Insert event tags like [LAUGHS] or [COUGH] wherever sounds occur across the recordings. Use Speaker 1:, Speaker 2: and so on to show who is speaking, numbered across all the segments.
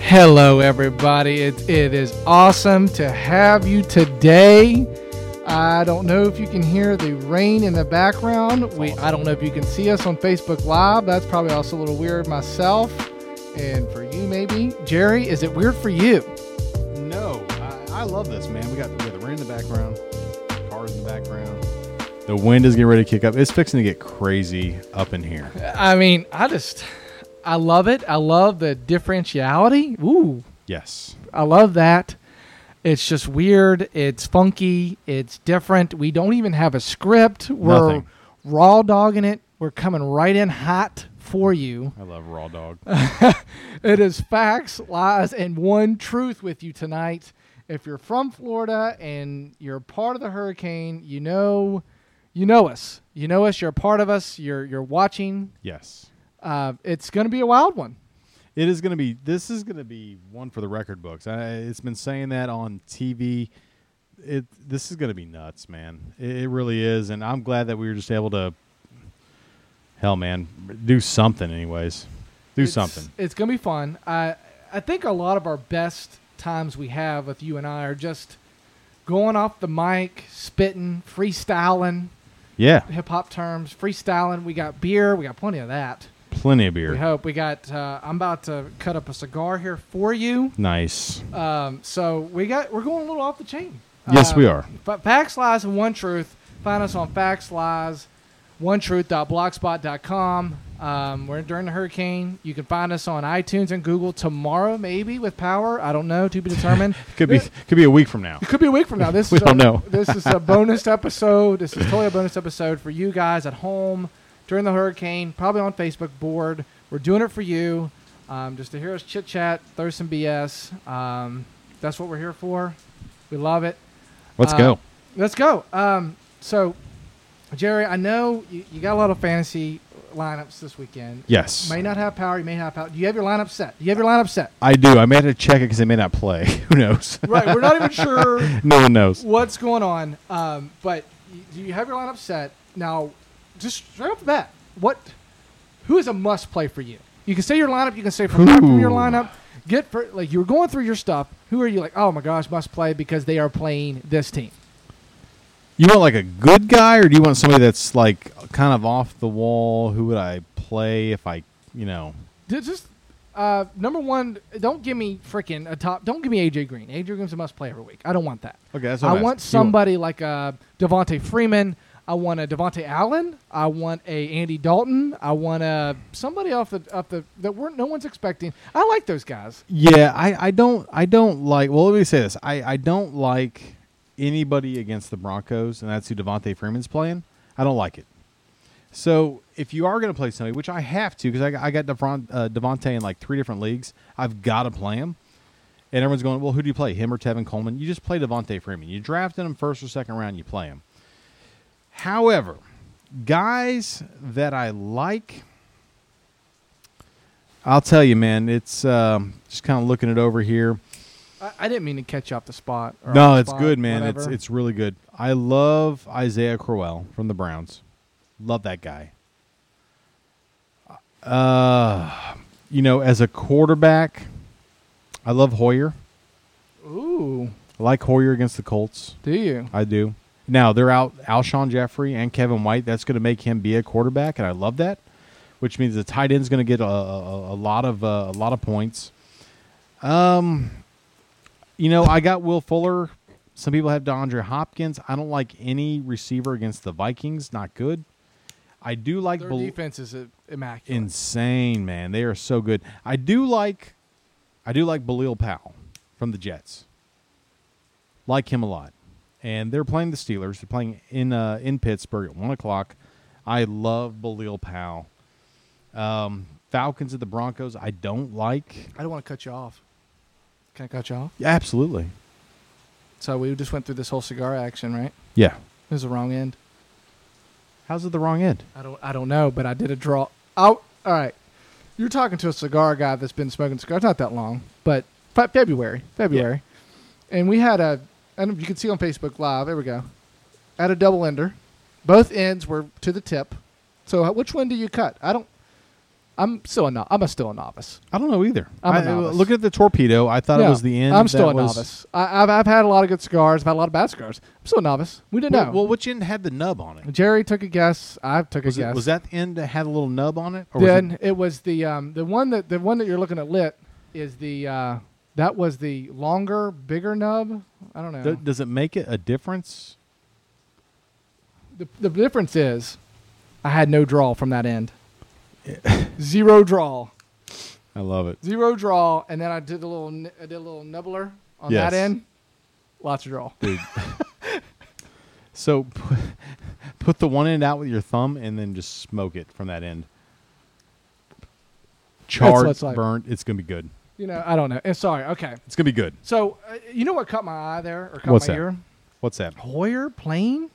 Speaker 1: Hello, everybody. It, it is awesome to have you today. I don't know if you can hear the rain in the background. We, I don't know if you can see us on Facebook Live. That's probably also a little weird myself, and for you maybe. Jerry, is it weird for you?
Speaker 2: No, I, I love this, man. We got, we got the rain in the background, cars in the background. The wind is getting ready to kick up. It's fixing to get crazy up
Speaker 1: [LAUGHS]
Speaker 2: in here.
Speaker 1: I mean, I just, I love it. I love the differentiality. Ooh,
Speaker 2: Yes.
Speaker 1: I love that. It's just weird. It's funky. It's different. We don't even have a script. We're
Speaker 2: Nothing.
Speaker 1: raw dogging it. We're coming right in hot for you.
Speaker 2: I love raw dog.
Speaker 1: It is facts, lies, and one truth with you tonight. If you're from Florida and you're part of the hurricane, you know, you know us. You know us. You're a part of us. You're you're watching.
Speaker 2: [LAUGHS] yes.
Speaker 1: Uh, it's going to be a wild one.
Speaker 2: It is going to be, this is going to be one for the record books. I, it's been saying that on TV. It This is going to be nuts, man. It, it really is. And I'm glad that we were just able to, hell, man, do something, anyways. Do
Speaker 1: It's-
Speaker 2: something.
Speaker 1: It's gonna be fun. I I think a lot of our best times we have with you and I are just going off the mic, spitting, freestyling,
Speaker 2: Yeah.
Speaker 1: hip hop terms, freestyling. We got beer. We got plenty of that.
Speaker 2: Plenty of beer.
Speaker 1: We hope we got. Uh, I'm about to cut up a cigar here for you.
Speaker 2: Nice.
Speaker 1: Um, so we got. We're going a little off the chain.
Speaker 2: Yes,
Speaker 1: Uh,
Speaker 2: we are.
Speaker 1: But facts, lies, and one truth. Find us on facts, lies, one truth.blogspot.com. Um, we're during the hurricane. You can find us on iTunes and Google tomorrow, maybe with power. I don't know, to be determined.
Speaker 2: [LAUGHS] Could be could be a week from now.
Speaker 1: It could be a week from now. This
Speaker 2: [LAUGHS] We
Speaker 1: is
Speaker 2: don't
Speaker 1: a,
Speaker 2: know.
Speaker 1: this is a bonus episode. This is totally a bonus episode for you guys at home during the hurricane, probably on Facebook board. We're doing it for you, um, just to hear us chit chat, throw some BS. Um, that's what we're here for. We love it.
Speaker 2: Let's
Speaker 1: Uh,
Speaker 2: go.
Speaker 1: Let's go. Um, so, Jerry, I know you, you got a lot of fantasy lineups this weekend.
Speaker 2: Yes,
Speaker 1: May not have power. You may have power. Do you have your lineup set? Do you have your lineup set?
Speaker 2: I do. I may have to check it because they may not play. [LAUGHS] Who knows?
Speaker 1: Right. We're not even sure
Speaker 2: [LAUGHS] no one knows.
Speaker 1: what's going on. Um, but y- do you have your lineup set now? Just straight off the bat, what? Who is a must play for you? You can say your lineup. You can say from, from your
Speaker 2: Ooh.
Speaker 1: lineup. Get for like you were going through your stuff. Who are you like? Oh my gosh, must play because they are playing this team.
Speaker 2: You want like a good guy, or do you want somebody that's like kind of off the wall? Who would I play if I, you know?
Speaker 1: Ju- Just uh, number one, don't give me freaking a top. Don't give me AJ Green. AJ Green's a must play every week. I don't want that.
Speaker 2: Okay, that's what I'm
Speaker 1: I want
Speaker 2: asking. You want-
Speaker 1: somebody like a Devonte Freeman. I want a Devonte Allen. I want a Andy Dalton. I want a somebody off the off the that we're no one's expecting. I like those guys.
Speaker 2: Yeah, I, I don't I don't like. Well, let me say this. I I don't like anybody against the Broncos, and that's who Devontae Freeman's playing. I don't like it. So if you are going to play somebody, which I have to, because I, I got Devon, uh, Devontae in like three different leagues, I've got to play him. And everyone's going, well, who do you play, him or Tevin Coleman? You just play Devontae Freeman. You drafted him first or second round, you play him. However, guys that I like, I'll tell you, man, it's um, just kind of looking it over here.
Speaker 1: I, I didn't mean to catch you off the spot. or
Speaker 2: No,
Speaker 1: off the
Speaker 2: it's
Speaker 1: spot,
Speaker 2: good, man. It's
Speaker 1: whatever.
Speaker 2: it's really good. I love Isaiah Crowell from the Browns. Love that guy. Uh, you know, as a quarterback, I love Hoyer.
Speaker 1: ooh.
Speaker 2: I like Hoyer against the Colts.
Speaker 1: Do you?
Speaker 2: I do. Now they're out Alshon Jeffrey and Kevin White. That's going to make him be a quarterback, and I love that. Which means the tight end's going to get a, a, a lot of uh, a lot of points. Um, you know, I got Will Fuller. Some people have DeAndre Hopkins. I don't like any receiver against the Vikings. Not good. I do like
Speaker 1: Their
Speaker 2: Bel-
Speaker 1: defense is uh, immaculate.
Speaker 2: insane, man. They are so good. I do like, I do like Balil Powell from the Jets. Like him a lot, and they're playing the Steelers. They're playing in uh, in Pittsburgh at one o'clock. I love Balil Powell. Um, Falcons at the Broncos. I don't like.
Speaker 1: I don't want to cut you off. Can I cut you off?
Speaker 2: Yeah, absolutely.
Speaker 1: So we just went through this whole cigar action, right?
Speaker 2: Yeah.
Speaker 1: It was the wrong end.
Speaker 2: How's it the wrong end?
Speaker 1: I don't I don't know, but I did a draw. Oh, all right. You're talking to a cigar guy that's been smoking cigars not that long, but fe- February, February, and we had a. I don't know if you can see on Facebook Live. There we go. At a double ender, both ends were to the tip. So uh, which one do you cut? I don't. I'm still a no- I'm a still a novice.
Speaker 2: I don't know either.
Speaker 1: I'm a
Speaker 2: I-
Speaker 1: novice.
Speaker 2: Look at the torpedo. I thought
Speaker 1: Yeah.
Speaker 2: it was the end.
Speaker 1: I'm still
Speaker 2: that
Speaker 1: a
Speaker 2: was-
Speaker 1: novice. I, I've I've had a lot of good cigars. I've had a lot of bad cigars. I'm still a novice. We didn't
Speaker 2: Well,
Speaker 1: know.
Speaker 2: well, which end had the nub on it?
Speaker 1: Jerry took a guess. I took a
Speaker 2: Was,
Speaker 1: guess.
Speaker 2: it, was that the end that had a little nub on it? was
Speaker 1: then
Speaker 2: it-
Speaker 1: it? was the um, the one that the one that you're looking at lit is the uh, that was the longer, bigger nub. I don't know.
Speaker 2: do- does it make it a difference?
Speaker 1: The, the difference is, I had no draw from that end. [LAUGHS] Zero draw,
Speaker 2: I love
Speaker 1: [LAUGHS]
Speaker 2: it.
Speaker 1: zero draw, and then I did a little, n- I did a little nibbler on
Speaker 2: Yes.
Speaker 1: that end. Lots of draw.
Speaker 2: Dude. so put, put the one end out with your thumb and then just smoke it from that end. Charred,
Speaker 1: it's like.
Speaker 2: burnt. It's gonna be good.
Speaker 1: You know, I don't know. Eh, sorry. Okay.
Speaker 2: It's gonna be good.
Speaker 1: So uh, you know what caught my eye there, or caught
Speaker 2: What's
Speaker 1: my
Speaker 2: that?
Speaker 1: ear?
Speaker 2: What's that?
Speaker 1: Hoyer playing.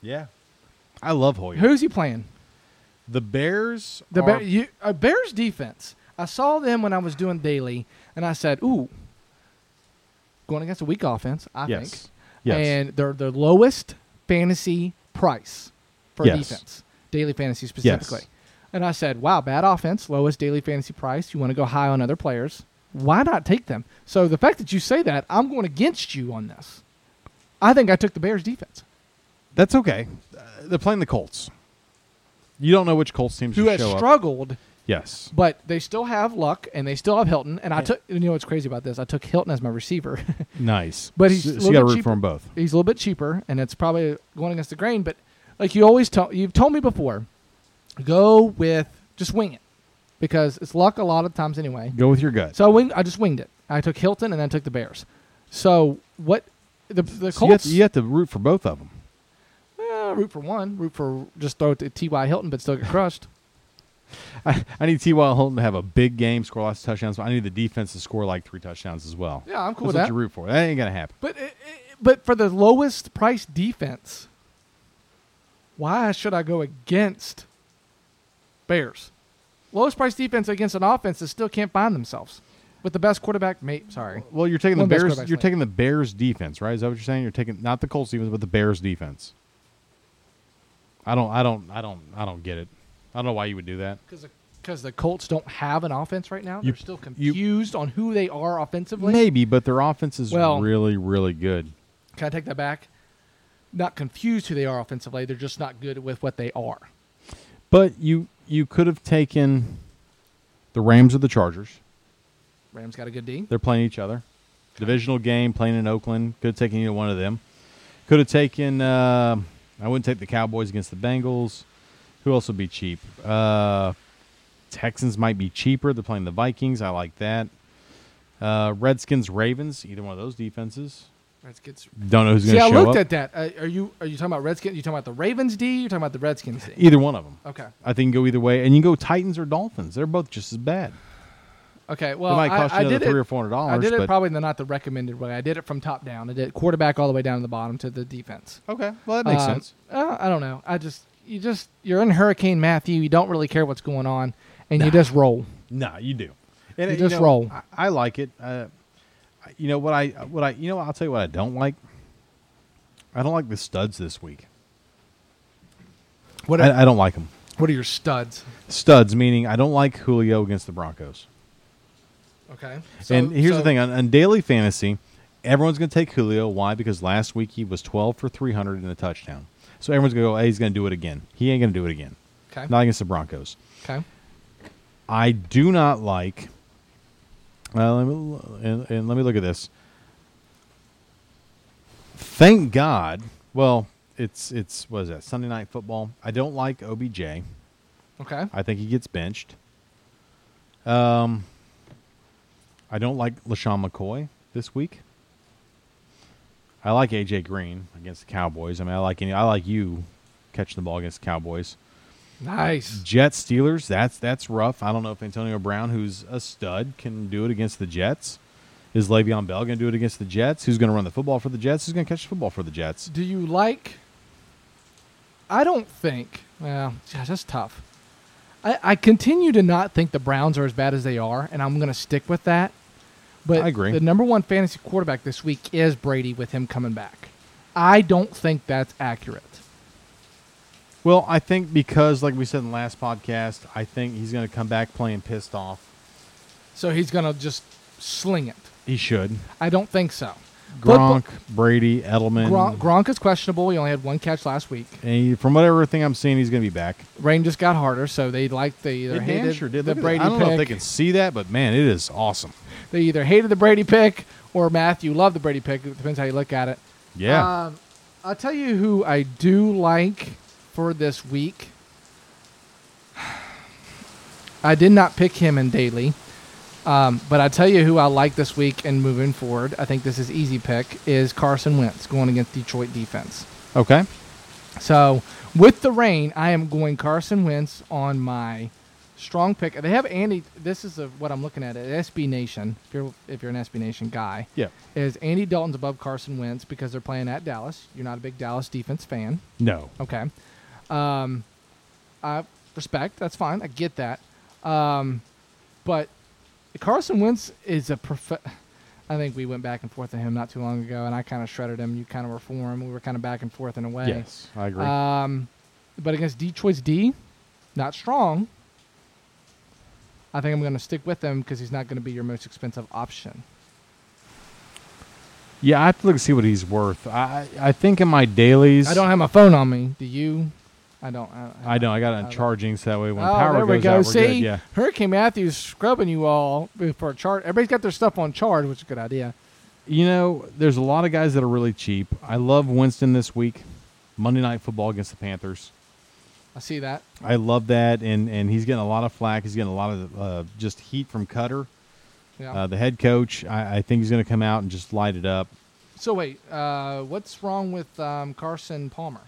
Speaker 2: Yeah, I love Hoyer.
Speaker 1: Who's he playing?
Speaker 2: The Bears.
Speaker 1: The
Speaker 2: are-
Speaker 1: Bear, you, uh, Bears defense. I saw them when I was doing daily, and I said, "Ooh, going against a weak offense." I
Speaker 2: yes,
Speaker 1: think.
Speaker 2: yes.
Speaker 1: And they're the lowest fantasy price for
Speaker 2: Yes.
Speaker 1: defense, daily fantasy specifically. And I said, "Wow, bad offense, lowest daily fantasy price. You want to go high on other players? Why not take them?" So the fact that you say that, I'm going against you on this. I think I took the Bears defense,
Speaker 2: That's okay. Uh, they're playing the Colts. You don't know which Colts teams
Speaker 1: who
Speaker 2: to
Speaker 1: has
Speaker 2: show up.
Speaker 1: struggled.
Speaker 2: Yes.
Speaker 1: But they still have Luck and they still have Hilton. And I took you know what's crazy about this? I took Hilton as my receiver. [LAUGHS]
Speaker 2: Nice.
Speaker 1: But he's
Speaker 2: so,
Speaker 1: a
Speaker 2: so you
Speaker 1: little
Speaker 2: got to
Speaker 1: bit
Speaker 2: root
Speaker 1: cheaper.
Speaker 2: for them both.
Speaker 1: He's a little bit cheaper, and it's probably going against the grain. But like you always told, you've told me before, go with just wing it because it's Luck a lot of times anyway.
Speaker 2: Go with your gut.
Speaker 1: So I wing, I just winged it. I took Hilton and then I took the Bears. So what? The the
Speaker 2: So you, have
Speaker 1: Colts
Speaker 2: to, you have to root for both of them.
Speaker 1: eh, root for one, root for just throw it to T. Y. Hilton, but still get crushed.
Speaker 2: I, I need T. Y. Hilton to have a big game, score lots of touchdowns. But I need the defense to score like three touchdowns as well.
Speaker 1: Yeah, I'm cool with
Speaker 2: That's what
Speaker 1: that.
Speaker 2: you root for. That ain't gonna happen.
Speaker 1: But it, it, but for the lowest price defense, why should I go against Bears? Lowest price defense against an offense that still can't find themselves with the best quarterback. Mate, sorry,
Speaker 2: Well, you're taking the
Speaker 1: One best
Speaker 2: Bears.
Speaker 1: quarterback's
Speaker 2: You're
Speaker 1: left.
Speaker 2: taking the Bears defense, right? Is that what you're saying? You're taking not the Colts defense, but the Bears defense. I don't. I don't. I don't. I don't get it. I don't know why you would do that.
Speaker 1: because because the Colts don't have an offense right now.
Speaker 2: You-
Speaker 1: They're still
Speaker 2: you-
Speaker 1: confused on who they are offensively.
Speaker 2: Maybe, but their offense is
Speaker 1: Well-
Speaker 2: really, really good.
Speaker 1: Can I take that back? Not confused who they are offensively. They're just not good with what they are.
Speaker 2: But you you could have taken the Rams or the Chargers.
Speaker 1: Rams got a good D.
Speaker 2: They're playing each other. Divisional game, playing in Oakland. Could have taken either one of them. Could have taken. Uh, I wouldn't take the Cowboys against the Bengals. Who else would be cheap? Uh, Texans might be cheaper. They're playing the Vikings. I like that. Uh, Redskins, Ravens. Either one of those defenses.
Speaker 1: Redskins.
Speaker 2: Don't know who's
Speaker 1: See,
Speaker 2: going to
Speaker 1: I
Speaker 2: show
Speaker 1: looked
Speaker 2: up.
Speaker 1: at that. Uh, are you are you talking about Redskins? You talking about the Ravens D? You talking about the Redskins D?
Speaker 2: either one of them.
Speaker 1: Okay.
Speaker 2: I think you go either way, and you can go Titans or Dolphins. They're both just as bad.
Speaker 1: Okay. Well,
Speaker 2: it might cost
Speaker 1: I,
Speaker 2: you
Speaker 1: I did
Speaker 2: another three
Speaker 1: it,
Speaker 2: or four hundred dollars.
Speaker 1: I did
Speaker 2: but
Speaker 1: it probably in the not the recommended way. I did it from top down. I did it quarterback all the way down to the bottom to the defense.
Speaker 2: Okay, well that makes
Speaker 1: Um,
Speaker 2: sense.
Speaker 1: uh, I don't know. I just you just you're in Hurricane Matthew. You don't really care what's going on, and you just roll.
Speaker 2: Nah, you do. And
Speaker 1: You
Speaker 2: uh,
Speaker 1: just
Speaker 2: know,
Speaker 1: roll.
Speaker 2: I, I like it. Uh, I- you know what I what I you know I'll tell you what I don't like. I don't like the studs this week.
Speaker 1: What are,
Speaker 2: I, I don't like them.
Speaker 1: what are your studs?
Speaker 2: Studs meaning I don't like Julio against the Broncos.
Speaker 1: Okay.
Speaker 2: and here's
Speaker 1: so-
Speaker 2: the thing on, on daily fantasy, everyone's going to take Julio. Why? Because last week he was 12 for 300 and a touchdown. So everyone's going to go, hey, he's going to do it again. He ain't going to do it again.
Speaker 1: Okay.
Speaker 2: Not against the Broncos.
Speaker 1: okay.
Speaker 2: I do not like. Uh, let me l- and, and let me look at this. Thank God. Well, it's it's what is that Sunday night football. I don't like OBJ.
Speaker 1: Okay.
Speaker 2: I think he gets benched. Um, I don't like Lashawn McCoy this week. I like AJ Green against the Cowboys. I mean, I like any. I like you catching the ball against the Cowboys.
Speaker 1: Nice.
Speaker 2: Jets Steelers. That's that's rough. I don't know if Antonio Brown, who's a stud, can do it against the Jets. Is Le'Veon Bell going to do it against the Jets? Who's going to run the football for the Jets? Who's going to catch the football for the Jets?
Speaker 1: Do you like? I don't think. Well, gosh, that's tough. I, I continue to not think the Browns are as bad as they are, and I'm going to stick with that. But
Speaker 2: I agree.
Speaker 1: The number one fantasy quarterback this week is Brady, with him coming back. I don't think that's accurate.
Speaker 2: Well, I think because, like we said in the last podcast, I think he's going to come back playing pissed off.
Speaker 1: So he's going to just sling it.
Speaker 2: He should.
Speaker 1: I don't think so. But-
Speaker 2: Gronk, Brady, Edelman.
Speaker 1: Gronk, Gronk is questionable. He only had one catch last week.
Speaker 2: And he- from whatever thing I'm seeing, he's going to be back.
Speaker 1: Rain just got harder, so they liked they either
Speaker 2: It damn
Speaker 1: hated
Speaker 2: sure did.
Speaker 1: the
Speaker 2: Look at that.
Speaker 1: Brady
Speaker 2: I don't
Speaker 1: pick.
Speaker 2: know if they can see that, but man, it is awesome.
Speaker 1: They either hated the Brady pick or Matthew loved the Brady pick. It depends how you look at it.
Speaker 2: Yeah.
Speaker 1: Um, I'll tell you who I do like for this week. [SIGHS] I did not pick him in daily, um, but I tell you who I like this week and moving forward. I think this is easy pick is Carson Wentz going against Detroit defense.
Speaker 2: okay.
Speaker 1: So with the rain, I am going Carson Wentz on my strong pick. They have Andy. This is a, what I'm looking at at SB Nation. If you're if you're an SB Nation guy,
Speaker 2: Yeah.
Speaker 1: is Andy Dalton's above Carson Wentz because they're playing at Dallas. You're not a big Dallas defense fan.
Speaker 2: No.
Speaker 1: Okay. Um, I respect. That's fine. I get that. Um, but Carson Wentz is a prof. [LAUGHS] I think we went back and forth on him not too long ago, and I kind of shredded him. You kind of were for him. We were kind of back and forth in a way.
Speaker 2: Yes, I agree.
Speaker 1: Um, but against Detroit's D, not strong. I think I'm going to stick with him because he's not going to be your most expensive option.
Speaker 2: yeah, I have to look and see what he's worth. I I I think in my dailies,
Speaker 1: I don't have my phone on me. Do you? I don't. I,
Speaker 2: I don't. I got it on
Speaker 1: don't.
Speaker 2: charging, so that way when
Speaker 1: oh,
Speaker 2: power
Speaker 1: there
Speaker 2: goes
Speaker 1: we go.
Speaker 2: out, we're
Speaker 1: See,
Speaker 2: good. Yeah.
Speaker 1: Hurricane Matthew's scrubbing you all for a chart. Everybody's got their stuff on charge, which is a good idea.
Speaker 2: You know, there's a lot of guys that are really cheap. I love Winston this week. Monday night football against the Panthers.
Speaker 1: I see that.
Speaker 2: I love that, and and he's getting a lot of flack. He's getting a lot of uh, just heat from Cutter,
Speaker 1: Yeah.
Speaker 2: uh, the head coach. I, I think he's going to come out and just light it up.
Speaker 1: so wait, uh, what's wrong with um, Carson Palmer?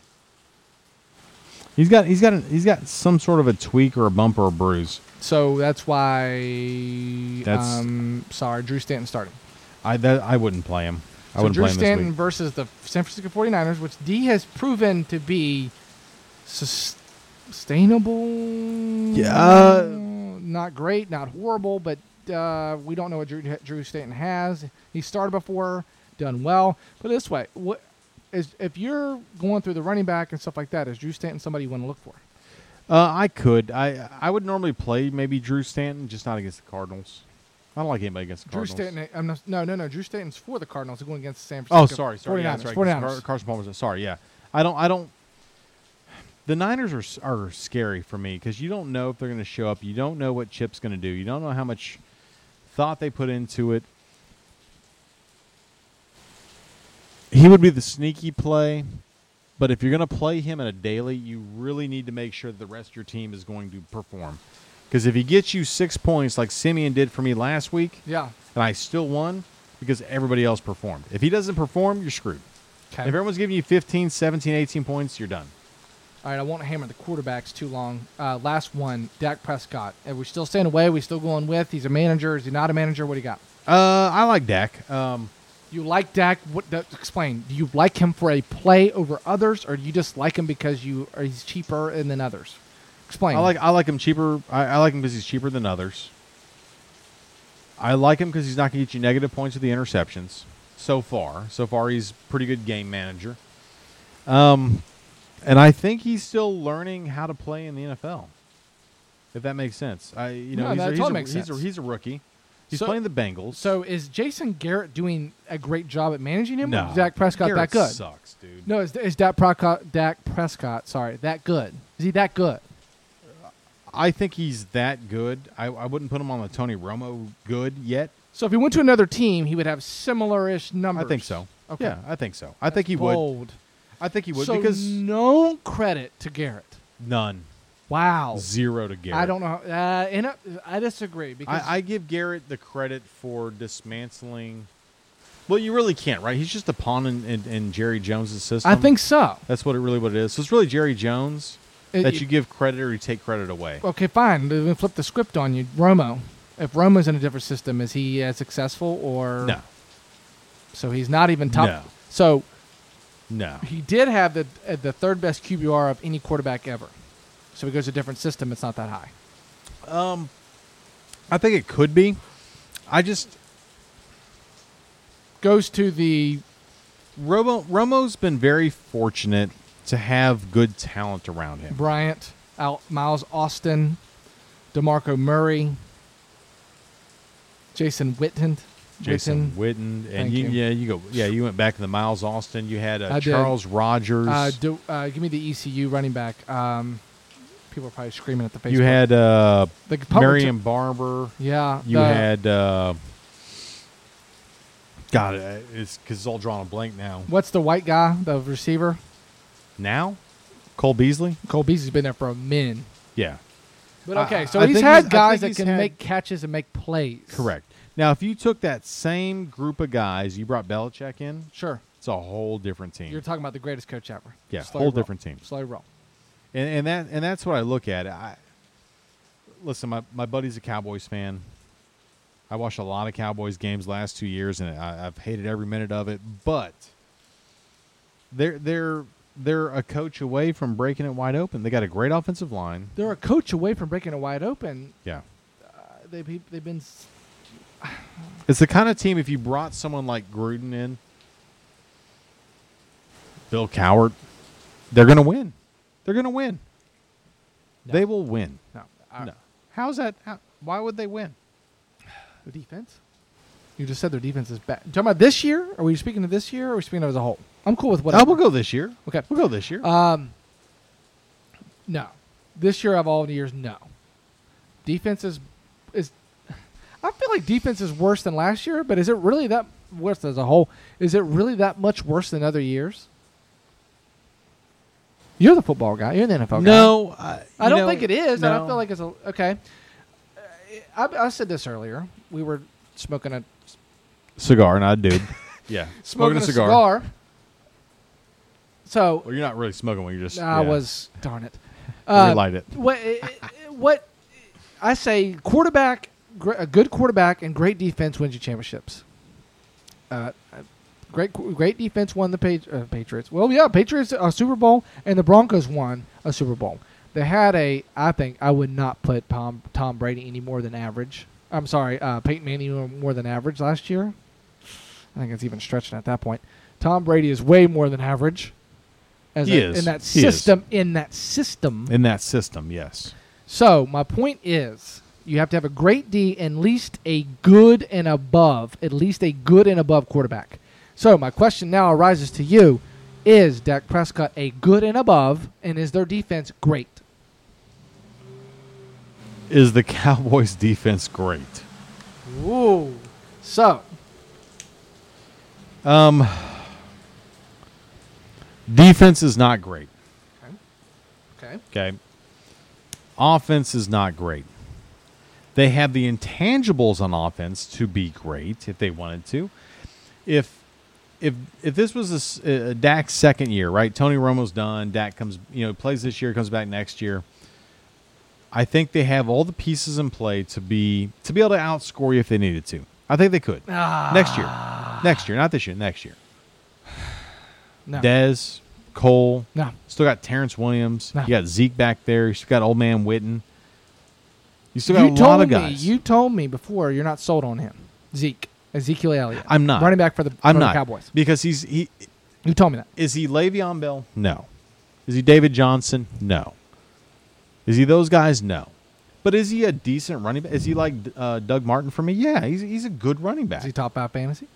Speaker 2: He's got he's got an, he's got some sort of a tweak or a bump or a bruise.
Speaker 1: So that's why.
Speaker 2: That's-
Speaker 1: um, sorry, Drew Stanton started.
Speaker 2: I that I wouldn't play him. I
Speaker 1: so
Speaker 2: wouldn't
Speaker 1: Drew
Speaker 2: play him this
Speaker 1: Stanton
Speaker 2: week.
Speaker 1: versus the San Francisco 49ers, which D has proven to be sus- sustainable.
Speaker 2: Yeah,
Speaker 1: Mm.
Speaker 2: uh,
Speaker 1: not great, not horrible, but uh, we don't know what Drew, Drew Stanton has. He started before, done well. But this way, what is if you're going through the running back and stuff like that, is Drew Stanton somebody you want to look for?
Speaker 2: Uh, I could. I I would normally play maybe Drew Stanton, just not against the Cardinals. I don't like anybody against the
Speaker 1: Drew
Speaker 2: Cardinals.
Speaker 1: Stanton, I'm not, no, no, no. Drew Stanton's for the Cardinals. They're going against the San
Speaker 2: Oh,
Speaker 1: Francisco.
Speaker 2: sorry, sorry,
Speaker 1: 49ers,
Speaker 2: yeah, that's right.
Speaker 1: 49ers.
Speaker 2: Car- Carson Palmer's. Sorry, yeah. I don't. I don't. [SIGHS] The Niners are s- are scary for me because you don't know if they're going to show up. You don't know what Chip's going to do. You don't know how much thought they put into it. He would be the sneaky play, but if you're going to play him in a daily, you really need to make sure that the rest of your team is going to perform. Because if he gets you six points like Simeon did for me last week,
Speaker 1: Yeah.
Speaker 2: and I still won because everybody else performed. If he doesn't perform, you're screwed.
Speaker 1: Okay.
Speaker 2: If everyone's giving you 15, 17, 18 points, you're done.
Speaker 1: All right, I won't hammer the quarterbacks too long. Uh, last one, Dak Prescott. Are we still staying away? Are we still going with? He's a manager. Is he not a manager? What do you got?
Speaker 2: Uh, I like Dak. Um,
Speaker 1: You like Dak? What? That, explain. Do you like him for a play over others, or do you just like him because you or he's cheaper and than others? Explain.
Speaker 2: I like I like him cheaper. I, I like him because he's cheaper than others. I like him because he's not going to get you negative points with the interceptions so far. So far, he's pretty good game manager. Um, and I think he's still learning how to play in the NFL. If that makes sense, I you know
Speaker 1: No,
Speaker 2: he's,
Speaker 1: that
Speaker 2: a, he's,
Speaker 1: totally
Speaker 2: a,
Speaker 1: makes
Speaker 2: he's, a,
Speaker 1: sense.
Speaker 2: he's a rookie. He's
Speaker 1: So-
Speaker 2: playing the Bengals.
Speaker 1: So is Jason Garrett doing a great job at managing him? or
Speaker 2: No,
Speaker 1: is Dak Prescott that
Speaker 2: Garrett
Speaker 1: good?
Speaker 2: Sucks, dude.
Speaker 1: No, is, is Dak, Proco- Dak Prescott? Sorry, that good? Is he that good?
Speaker 2: I think he's that good. I, I wouldn't put him on the Tony Romo good yet.
Speaker 1: So if he went to another team, he would have similar-ish numbers.
Speaker 2: I think so.
Speaker 1: Okay.
Speaker 2: Yeah, I think so. I think he would.
Speaker 1: Bold.
Speaker 2: I think he would
Speaker 1: so
Speaker 2: because
Speaker 1: no credit to Garrett.
Speaker 2: none,
Speaker 1: Wow.
Speaker 2: zero to Garrett.
Speaker 1: Oh. I don't know. how- Uh, and I, I disagree because
Speaker 2: I, I give Garrett the credit for dismantling. Well, you really can't, right? He's just a pawn in, in, in Jerry Jones's system.
Speaker 1: I think so.
Speaker 2: that's what it really what it is. So it's really Jerry Jones
Speaker 1: It-
Speaker 2: that
Speaker 1: it-
Speaker 2: you give credit or you take credit away.
Speaker 1: Okay, fine. Let me flip the script on you, Romo. If Romo's in a different system, is he as successful or
Speaker 2: no,
Speaker 1: So he's not even top.
Speaker 2: No.
Speaker 1: So
Speaker 2: no.
Speaker 1: he did have the uh, the third best QBR of any quarterback ever. So he goes to a different system. It's not that high.
Speaker 2: Um, I think it could be. I just
Speaker 1: Goes to the
Speaker 2: Romo Romo's been very fortunate to have good talent around him.
Speaker 1: Bryant, Al- Miles Austin, DeMarco Murray, Jason Whitten.
Speaker 2: Jason Witten, and
Speaker 1: Thank
Speaker 2: you,
Speaker 1: you.
Speaker 2: yeah, you go, yeah, you went back to the Miles Austin. You had
Speaker 1: I
Speaker 2: uh,
Speaker 1: did.
Speaker 2: Charles Rogers.
Speaker 1: Uh, do, uh, give me the ECU running back. Um, people are probably screaming at the Facebook.
Speaker 2: you had uh,
Speaker 1: the public-
Speaker 2: Merriam Barber.
Speaker 1: Yeah.
Speaker 2: You
Speaker 1: the-
Speaker 2: had uh, God, uh, it's because it's all drawn a blank now.
Speaker 1: What's the white guy, the receiver?
Speaker 2: Now, Cole Beasley.
Speaker 1: Cole Beasley's been there for a min.
Speaker 2: Yeah,
Speaker 1: But
Speaker 2: I-
Speaker 1: okay,
Speaker 2: I-
Speaker 1: so
Speaker 2: I
Speaker 1: he's
Speaker 2: think
Speaker 1: had
Speaker 2: he's- I
Speaker 1: guys
Speaker 2: think
Speaker 1: that
Speaker 2: he's
Speaker 1: can
Speaker 2: had-
Speaker 1: make catches and make plays.
Speaker 2: correct. Now, if you took that same group of guys, you brought Belichick in,
Speaker 1: Sure.
Speaker 2: it's a whole different team.
Speaker 1: You're talking about the greatest coach ever.
Speaker 2: Yeah,
Speaker 1: Slow
Speaker 2: whole
Speaker 1: roll.
Speaker 2: different team.
Speaker 1: Slow roll.
Speaker 2: and, and that and that's what I look at. I listen. My my buddy's a Cowboys fan. I watched a lot of Cowboys games last two years, and I, I've hated every minute of it. But they're they're they're a coach away from breaking it wide open. They got a great offensive line.
Speaker 1: They're a coach away from breaking it wide open.
Speaker 2: Yeah,
Speaker 1: Uh, they pe- they've been s-
Speaker 2: it's the kind of team if you brought someone like Gruden in, Bill Cowart, they're gonna win. They're gonna win.
Speaker 1: No.
Speaker 2: They will win.
Speaker 1: no, uh,
Speaker 2: No. How's that? How, why would they win?
Speaker 1: the defense. You just said their defense is bad. Talking about this year? Are we speaking of this year? Or are we speaking of as a whole? I'm cool with
Speaker 2: Oh,
Speaker 1: whatever.
Speaker 2: we'll go this year.
Speaker 1: Okay.
Speaker 2: We'll go this year.
Speaker 1: Um, no, this year of all the years, no. Defense is is. I feel like defense is worse than last year, but is it really that worse as a whole? Is it really that much worse than other years? You're the football guy. You're the NFL guy.
Speaker 2: No, I,
Speaker 1: I don't think it is. and I
Speaker 2: no.
Speaker 1: feel like it's a okay. I, I said this earlier. We were smoking a
Speaker 2: cigar, not a [LAUGHS] dude. yeah, smoking, a cigar.
Speaker 1: So
Speaker 2: Well, you're not really smoking one. You're just.
Speaker 1: I
Speaker 2: yeah.
Speaker 1: was darn it. Uh,
Speaker 2: Relight it.
Speaker 1: What, eh, what I say, quarterback, gr- a good quarterback and great defense wins you championships. Uh, great, great defense won the page, uh, Patriots. Well, yeah, Patriots a Super Bowl and the Broncos won a Super Bowl. They had a, I think I would not put Tom Tom Brady any more than average. I'm sorry, uh, Peyton Manning any more than average last year. I think it's even stretching at that point. Tom Brady is way more than average. As
Speaker 2: He
Speaker 1: a-
Speaker 2: is.
Speaker 1: in that
Speaker 2: He is.
Speaker 1: system. In that system.
Speaker 2: in that system. Yes.
Speaker 1: So my point is, you have to have a great D and at least a good and above, at least a good and above quarterback. So my question now arises to you: Is Dak Prescott a good and above, and is their defense great?
Speaker 2: Is the [LAUGHS] Cowboys' defense great?
Speaker 1: Ooh. So
Speaker 2: Um, defense is not great.
Speaker 1: okay,
Speaker 2: Okay. Offense is not great. They have the intangibles on offense to be great if they wanted to. If if if this was a, s- a Dak's second year, right? Tony Romo's done. Dak comes, you know, plays this year, comes back next year. I think they have all the pieces in play to be to be able to outscore you if they needed to. I think they could next year, next year, not this year, next year.
Speaker 1: no,
Speaker 2: Dez, Cole,
Speaker 1: no,
Speaker 2: Still got Terrence Williams.
Speaker 1: No.
Speaker 2: You got Zeke back there. You still got old man Witten. You still got
Speaker 1: you
Speaker 2: a
Speaker 1: told
Speaker 2: lot of
Speaker 1: me
Speaker 2: guys.
Speaker 1: you told me before you're not sold on him, Zeke Ezekiel Elliott.
Speaker 2: I'm not.
Speaker 1: running back for the,
Speaker 2: I'm
Speaker 1: for the
Speaker 2: not
Speaker 1: Cowboys.
Speaker 2: because he's he
Speaker 1: You told me that.
Speaker 2: is he Le'Veon Bell? No. Is he David Johnson? No. Is he those guys? No. But is he a decent running back? Is he like uh, Doug Martin for me? Yeah, he's he's a good running back.
Speaker 1: Is he top five fantasy?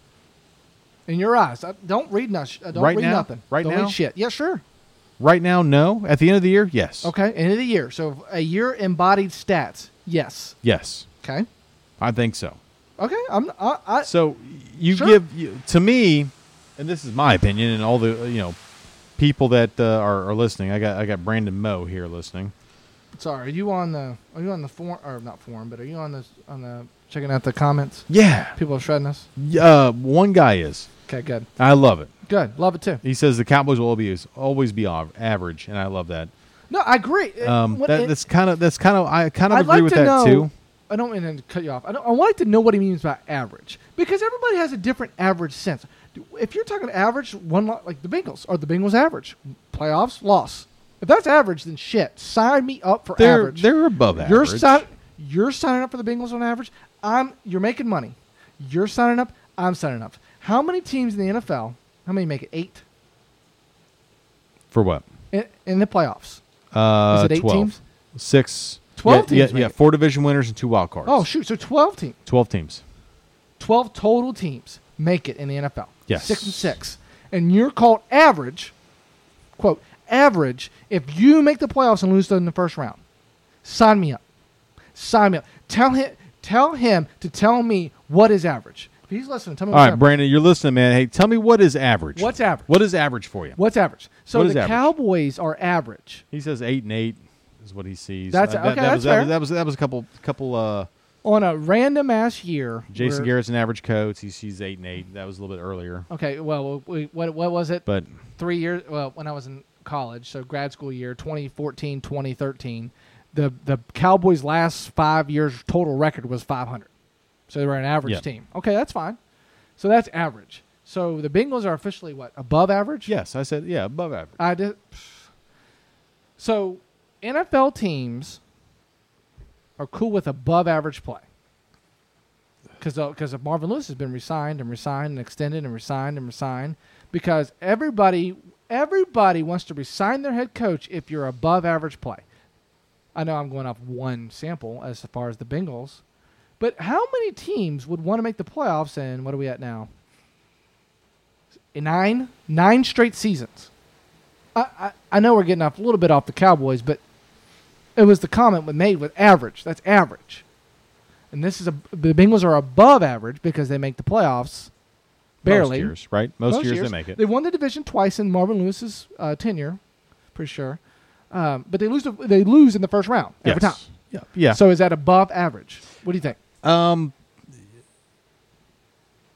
Speaker 1: In your eyes, I, don't read nothing. Don't
Speaker 2: Right
Speaker 1: read
Speaker 2: now?
Speaker 1: nothing.
Speaker 2: Right
Speaker 1: don't
Speaker 2: now?
Speaker 1: read shit. Yeah, sure.
Speaker 2: Right now, no. At the end of the year, yes.
Speaker 1: Okay, end of the year. So a year embodied stats. Yes.
Speaker 2: Yes,
Speaker 1: Okay.
Speaker 2: I think so.
Speaker 1: Okay. I'm. I. I
Speaker 2: So you
Speaker 1: Sure.
Speaker 2: give you, to me, and this is my opinion, and all the uh, you know people that uh, are, are listening. I got I got Brandon Moe here listening.
Speaker 1: sorry. Are you on the? Are you on the form? Or not form? But are you on the? On the checking out the comments?
Speaker 2: Yeah,
Speaker 1: People are shredding us.
Speaker 2: uh, one guy is.
Speaker 1: Okay. Good.
Speaker 2: I love it.
Speaker 1: Good. Love it too.
Speaker 2: He says the Cowboys will always always be av- average, and I love that.
Speaker 1: No, I agree. It-
Speaker 2: Um,
Speaker 1: what-
Speaker 2: that
Speaker 1: it-
Speaker 2: that's kind of that's kind of I kind of
Speaker 1: I'd
Speaker 2: agree
Speaker 1: like
Speaker 2: with
Speaker 1: to
Speaker 2: that
Speaker 1: know,
Speaker 2: too.
Speaker 1: I don't mean to cut you off. I, don't, I would like to know what he means by average because everybody has a different average sense. If you're talking average, one lo- like the Bengals are the Bengals average playoffs loss. If that's average, then shit. Sign me up for
Speaker 2: They're
Speaker 1: average.
Speaker 2: they're above average.
Speaker 1: you're sign, you're signing up for the Bengals on average. I'm you're making money. You're signing up. I'm signing up. How many teams in the NFL? How many make it eight?
Speaker 2: for what?
Speaker 1: in, in the playoffs?
Speaker 2: Uh,
Speaker 1: Is it eight
Speaker 2: 12.
Speaker 1: teams?
Speaker 2: Six.
Speaker 1: 12
Speaker 2: yeah,
Speaker 1: teams
Speaker 2: Yeah,
Speaker 1: make
Speaker 2: yeah,
Speaker 1: it.
Speaker 2: four division winners and two wild cards.
Speaker 1: Oh shoot! So twelve teams,
Speaker 2: 12 teams.
Speaker 1: twelve total teams make it in the NFL.
Speaker 2: Yes.
Speaker 1: six and six, and you're called average. Quote average if you make the playoffs and lose in the first round. Sign me up. Sign me up. Tell him. Tell him to tell me what is average. If he's listening, tell me.
Speaker 2: All
Speaker 1: what's
Speaker 2: right,
Speaker 1: average.
Speaker 2: Brandon, you're listening, man. Hey, tell me what is average?
Speaker 1: What's average?
Speaker 2: What is average for you?
Speaker 1: What's average? So
Speaker 2: What is
Speaker 1: the
Speaker 2: average?
Speaker 1: Cowboys are average
Speaker 2: He says eight and eight is what he sees.
Speaker 1: That's-
Speaker 2: Uh,
Speaker 1: okay, that's
Speaker 2: was, that,
Speaker 1: fair.
Speaker 2: was, that was that was a couple couple. Uh,
Speaker 1: on a random ass year.
Speaker 2: Jason
Speaker 1: where-
Speaker 2: Garrett's an average coach. He sees eight and eight. That was a little bit earlier,
Speaker 1: Okay, well, we, what what was it?
Speaker 2: but
Speaker 1: three years well when i was in college so grad school year 2014 2013 the the cowboys last five years total record was 500 so they were an average
Speaker 2: Yeah.
Speaker 1: team okay that's fine so that's average so the bengals are officially what above average
Speaker 2: yes, I said yeah, above average.
Speaker 1: i did so nfl teams are cool with above average play because Marvin Lewis has been resigned and resigned and extended and resigned and resigned because everybody everybody wants to resign their head coach if you're above average play. I know I'm going off one sample as far as the Bengals, but how many teams would want to make the playoffs? And what are we at now? Nine, nine straight seasons. I, I, I know we're getting off a little bit off the Cowboys, but it was the comment we made with average. That's average and this is a the Bengals are above average because they make the playoffs
Speaker 2: Most
Speaker 1: barely.
Speaker 2: years, right? Most, years, they make it.
Speaker 1: They won the division twice in Marvin Lewis's uh, tenure, pretty sure. Um, but they lose the, they lose in the first round every
Speaker 2: Yes.
Speaker 1: time.
Speaker 2: Yeah, yeah.
Speaker 1: So is that above average? What do you think?
Speaker 2: Um,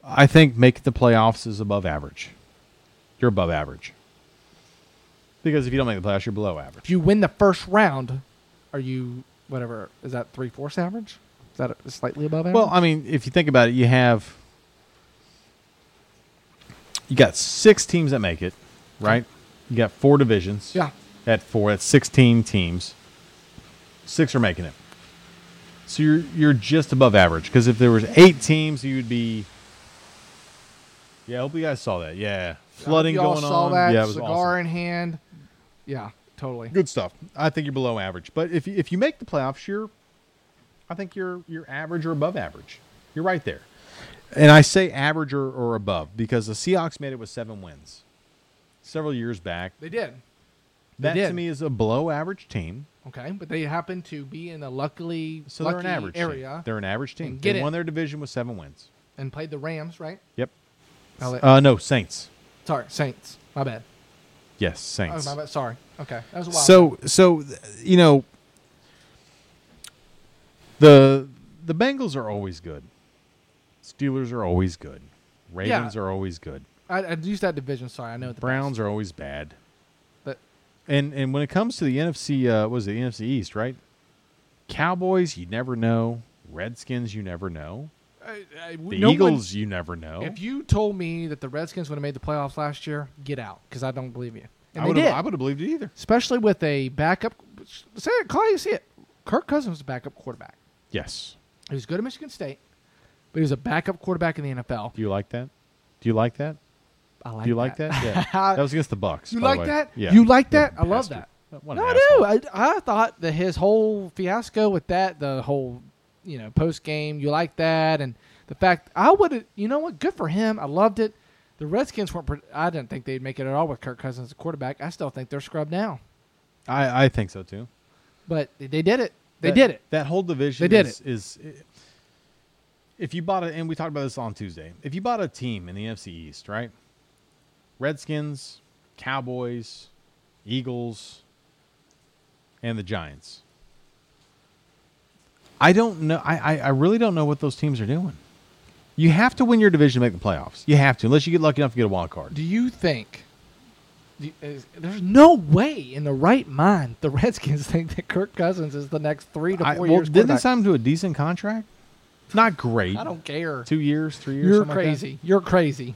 Speaker 2: I think make the playoffs is above average. You're above average because if you don't make the playoffs, you're below average.
Speaker 1: If you win the first round, are you whatever? Is that three fourths average? Is that a- slightly above average?
Speaker 2: Well, I mean, if you think about it, you have you got six teams that make it, right? You got four divisions.
Speaker 1: yeah,
Speaker 2: At four, that's sixteen teams. Six are making it. So you're you're just above average because if there was eight teams, you'd be. Yeah, I hope you guys saw that. Yeah, uh, flooding
Speaker 1: you all
Speaker 2: going
Speaker 1: saw
Speaker 2: on.
Speaker 1: That,
Speaker 2: yeah, it was
Speaker 1: cigar
Speaker 2: awesome.
Speaker 1: in hand. Yeah, totally.
Speaker 2: Good stuff. I think you're below average, but if you, if you make the playoffs, you're, I think you're you're average or above average. You're right there. And I say average or, or above because the Seahawks made it with seven wins several years back.
Speaker 1: They did.
Speaker 2: That to
Speaker 1: did.
Speaker 2: me is a below average team.
Speaker 1: Okay, but they happen to be in a luckily
Speaker 2: So
Speaker 1: lucky
Speaker 2: they're an average
Speaker 1: area.
Speaker 2: Team. They're an average team.
Speaker 1: And get
Speaker 2: they
Speaker 1: it.
Speaker 2: won their division with seven wins.
Speaker 1: and played the Rams, right?
Speaker 2: Yep.
Speaker 1: Oh, wait.
Speaker 2: Uh, no, Saints.
Speaker 1: sorry, Saints. My bad. Oh,
Speaker 2: Yes, Saints.
Speaker 1: my bad. Sorry. Okay, that was a while. ago.
Speaker 2: so so th- you know the the Bengals are always good. Steelers are always good. Ravens
Speaker 1: Yeah.
Speaker 2: are always good.
Speaker 1: I, I used that division. Sorry, I know the
Speaker 2: Browns are always bad.
Speaker 1: but
Speaker 2: And and when it comes to the NFC, uh, what was it NFC East, right? Cowboys, you never know. Redskins, you never know.
Speaker 1: I, I,
Speaker 2: The
Speaker 1: uh, no one-
Speaker 2: Eagles, you never know.
Speaker 1: if you told me that the Redskins would have made the playoffs last year, get out because I don't believe you. And
Speaker 2: I
Speaker 1: they
Speaker 2: would
Speaker 1: did,
Speaker 2: I would have believed it either.
Speaker 1: especially with a backup. Say it, Claudia, you see it. Kirk Cousins was a backup quarterback.
Speaker 2: Yes.
Speaker 1: He was good at Michigan State, but he was a backup quarterback in the NFL.
Speaker 2: Do you like that? Do you like that?
Speaker 1: I like
Speaker 2: Do you like
Speaker 1: [LAUGHS]
Speaker 2: that? Yeah. that was against the Bucks.
Speaker 1: You
Speaker 2: by
Speaker 1: like
Speaker 2: the way.
Speaker 1: that?
Speaker 2: Yeah.
Speaker 1: You like
Speaker 2: Yeah,
Speaker 1: that? I love
Speaker 2: bastard.
Speaker 1: that.
Speaker 2: What
Speaker 1: no,
Speaker 2: an
Speaker 1: I
Speaker 2: asshole.
Speaker 1: do. I, I thought that his whole fiasco with that, the whole, you know, post game, you like that, and the fact I would, you know what? Good for him. I loved it. The Redskins weren't. Pre- I didn't think they'd make it at all with Kirk Cousins as quarterback. I still think they're scrubbed now,
Speaker 2: I, I think so too.
Speaker 1: but they, they did it. They
Speaker 2: That-
Speaker 1: did it.
Speaker 2: That whole division
Speaker 1: They did
Speaker 2: is, is if you bought it and we talked about this on Tuesday. If you bought a team in the NFC East, right? Redskins, Cowboys, Eagles, and the Giants. I don't know I, I, I really don't know what those teams are doing. You have to win your division to make the playoffs. You have to, unless you get lucky enough to get a wild card.
Speaker 1: Do you think? do you- is- There's no way in the right mind the [LAUGHS] Redskins think that Kirk Cousins is the next three to four
Speaker 2: I, well,
Speaker 1: years.
Speaker 2: didn't they
Speaker 1: quarterback.
Speaker 2: sign him to a decent contract? Not great.
Speaker 1: I don't care.
Speaker 2: Two years, three years.
Speaker 1: You're
Speaker 2: something like that?
Speaker 1: crazy. You're crazy.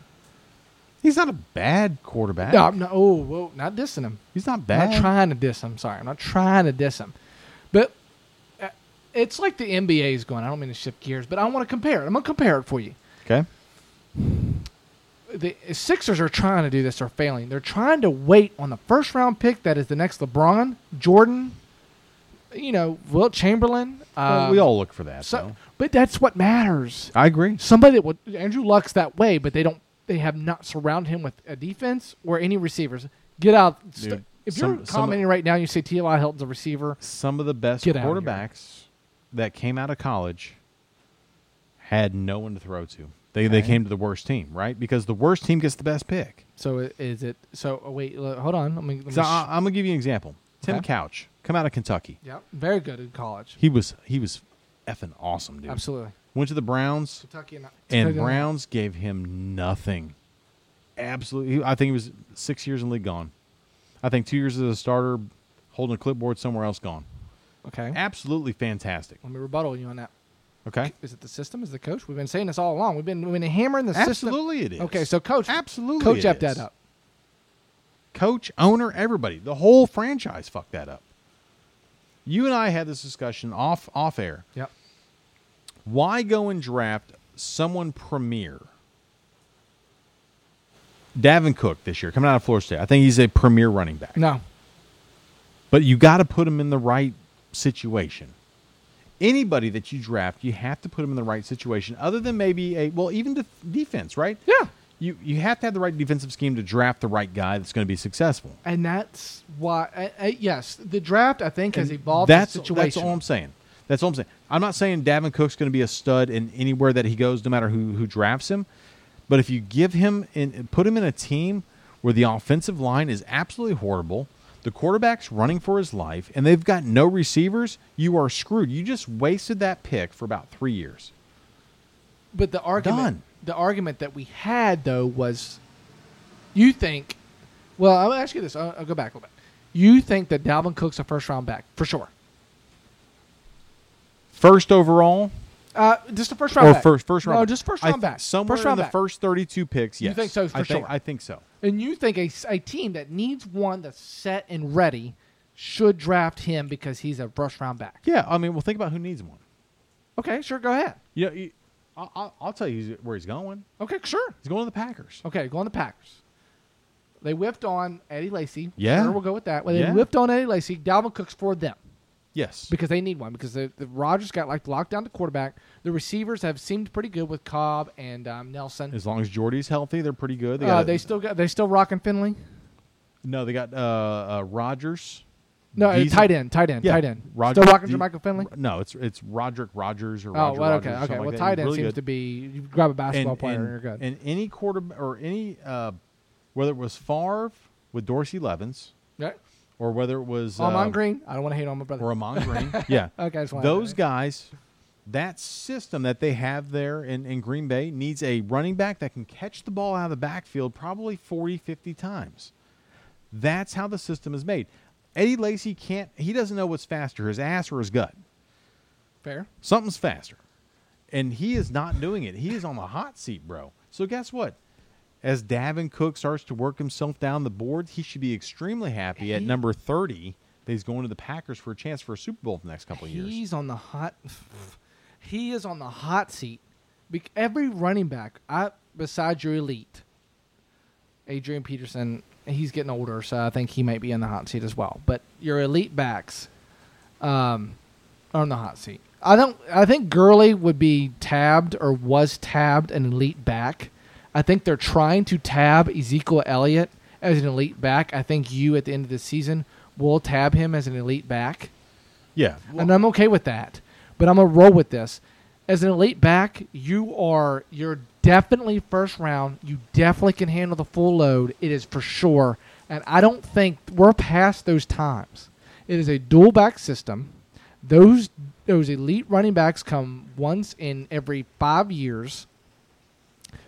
Speaker 2: He's not a bad quarterback.
Speaker 1: No, I'm not. Oh, whoa, not dissing him.
Speaker 2: He's not
Speaker 1: I'm
Speaker 2: bad.
Speaker 1: not trying to diss him. Sorry, I'm not trying to diss him. But uh, it's like the NBA is going. I don't mean to shift gears, but I want to compare it. I'm gonna compare it for you.
Speaker 2: okay.
Speaker 1: the Sixers are trying to do this. They're failing. They're trying to wait on the first round pick that is the next LeBron, Jordan, you know, Wilt Chamberlain.
Speaker 2: Well,
Speaker 1: um,
Speaker 2: we all look for that.
Speaker 1: So,
Speaker 2: though.
Speaker 1: but that's what matters.
Speaker 2: I agree.
Speaker 1: Somebody that would Andrew Luck's that way, but they don't. They have not surrounded him with a defense or any receivers. Get out. St-
Speaker 2: Dude,
Speaker 1: if
Speaker 2: some-
Speaker 1: you're
Speaker 2: some-
Speaker 1: commenting right now, you say T.L.I. Hilton's a receiver.
Speaker 2: Some of the best
Speaker 1: Get out of here.
Speaker 2: quarterbacks that came out of college had no one to throw to. They they
Speaker 1: Okay.
Speaker 2: came to the worst team, right? Because the worst team gets the best pick.
Speaker 1: So i- is it? So oh, wait, lo- hold on. Let me. Let me
Speaker 2: So
Speaker 1: sh-
Speaker 2: I, I'm gonna give you an example. Tim
Speaker 1: Okay.
Speaker 2: Couch, come out of Kentucky.
Speaker 1: yeah, very good in college.
Speaker 2: He was he was effing awesome, dude.
Speaker 1: Absolutely,
Speaker 2: Went to the Browns,
Speaker 1: Kentucky and, uh,
Speaker 2: and
Speaker 1: Kentucky
Speaker 2: Browns gave him nothing. Absolutely, I think he was six years in the league gone. I think two years as a starter, holding a clipboard somewhere else gone.
Speaker 1: Okay.
Speaker 2: Absolutely fantastic.
Speaker 1: Let me rebuttal you on that.
Speaker 2: Okay,
Speaker 1: Is it the system? Is it the coach? We've been saying this all along. We've been we've been hammering the system.
Speaker 2: absolutely it is.
Speaker 1: Okay, so coach,
Speaker 2: absolutely,
Speaker 1: coach,
Speaker 2: it
Speaker 1: up that
Speaker 2: is.
Speaker 1: up.
Speaker 2: Coach, owner, everybody, the whole franchise fucked that up. You and I had this discussion off off air.
Speaker 1: Yep.
Speaker 2: Why go and draft someone premier? Davin Cook this year, coming out of Florida State. I think he's a premier running back.
Speaker 1: No.
Speaker 2: But you got to put him in the right situation. Anybody that you draft, you have to put him in the right situation, other than maybe a, well, even def- defense, right?
Speaker 1: Yeah.
Speaker 2: You, you have to have the right defensive scheme to draft the right guy that's going to be successful.
Speaker 1: And that's why. I, I, yes, the draft I think has
Speaker 2: And
Speaker 1: evolved
Speaker 2: That's
Speaker 1: the
Speaker 2: that's
Speaker 1: situation.
Speaker 2: all I'm saying. That's all I'm saying. I'm not saying Davin Cook's going to be a stud in anywhere that he goes, no matter who who drafts him. But if you give him and put him in a team where the offensive line is absolutely horrible, the quarterback's running for his life, and they've got no receivers, you are screwed. You just wasted that pick for about three years.
Speaker 1: But the argument,
Speaker 2: Done.
Speaker 1: the argument that we had though was, you think, well, I'll ask you this. I'll, I'll go back a little bit. You think that Dalvin Cook's a first round back for sure?
Speaker 2: First overall,
Speaker 1: Uh, just a first round
Speaker 2: or
Speaker 1: back.
Speaker 2: first first round?
Speaker 1: No,
Speaker 2: back?
Speaker 1: just first
Speaker 2: I
Speaker 1: round
Speaker 2: th-
Speaker 1: back.
Speaker 2: Somewhere
Speaker 1: first round
Speaker 2: in the
Speaker 1: back.
Speaker 2: first 32 picks.
Speaker 1: You
Speaker 2: Yes,
Speaker 1: think so,
Speaker 2: I
Speaker 1: for
Speaker 2: think,
Speaker 1: sure.
Speaker 2: I think so.
Speaker 1: And you think a, a team that needs one that's set and ready should draft him because he's a first round back?
Speaker 2: Yeah, I mean, well, think about who needs one.
Speaker 1: Okay, sure, go ahead.
Speaker 2: You know, you, I'll- I'll, I'll tell you where he's going.
Speaker 1: Okay, sure.
Speaker 2: He's going to the Packers.
Speaker 1: Okay, go on the Packers. They whipped on Eddie Lacy.
Speaker 2: Yeah.
Speaker 1: Sure, we'll go with that. Well, they
Speaker 2: Yeah.
Speaker 1: whipped on Eddie Lacy. Dalvin Cook's for them
Speaker 2: Yes.
Speaker 1: because they need one because the, the Rodgers got like locked down to quarterback. The receivers have seemed pretty good with Cobb and um, Nelson.
Speaker 2: As long as Jordy's healthy, they're pretty good. They,
Speaker 1: uh,
Speaker 2: got,
Speaker 1: they still got they still rocking Finley.
Speaker 2: no, they got uh, uh, Rogers.
Speaker 1: No, uh,
Speaker 2: Diesel-
Speaker 1: tight end, tight end,
Speaker 2: Yeah,
Speaker 1: tight end.
Speaker 2: Rodgers-
Speaker 1: still rocking
Speaker 2: D-
Speaker 1: Jermichael Finley.
Speaker 2: No, it's it's Roderick Rogers or
Speaker 1: Oh,
Speaker 2: Roger
Speaker 1: well,
Speaker 2: Rogers
Speaker 1: okay,
Speaker 2: or
Speaker 1: okay.
Speaker 2: something
Speaker 1: Well,
Speaker 2: like that.
Speaker 1: tight end
Speaker 2: Really
Speaker 1: seems
Speaker 2: good.
Speaker 1: to be you grab a basketball player and,
Speaker 2: and,
Speaker 1: you're good.
Speaker 2: and any quarter or any uh, whether it was Favre with Dorsey Levins
Speaker 1: yeah.
Speaker 2: or whether it was
Speaker 1: Amon
Speaker 2: uh,
Speaker 1: Green. I don't want to hate on my brother.
Speaker 2: or Amon Green, yeah,
Speaker 1: Oh, [LAUGHS] okay, I just wanted to-
Speaker 2: those guys, that system that they have there in, in Green Bay needs a running back that can catch the ball out of the backfield probably 40, 50 times. That's how the system is made. Eddie Lacy can't, he doesn't know what's faster, his ass or his gut.
Speaker 1: Fair.
Speaker 2: Something's faster. And he is not doing it. He is on the hot seat, bro. So guess what? As Davin Cook starts to work himself down the board, he should be extremely happy at
Speaker 1: He-
Speaker 2: number 30 that he's going to the Packers for a chance for a Super Bowl the next couple of years.
Speaker 1: He's on the hot. He is on the hot seat. Bec- Every running back, I besides your elite, Adrian Peterson, he's getting older, so I think he might be in the hot seat as well. But your elite backs, um, are on the hot seat. I don't. I think Gurley would be tabbed or was tabbed an elite back. I think they're trying to tab Ezekiel Elliott as an elite back. I think you at the end of the season will tab him as an elite back
Speaker 2: Yeah.
Speaker 1: and I'm okay with that. But I'm gonna roll with this. As an elite back, you are you're definitely first round. You definitely can handle the full load. It is for sure. And I don't think we're past those times. It is a dual back system. Those those elite running backs come once in every five years.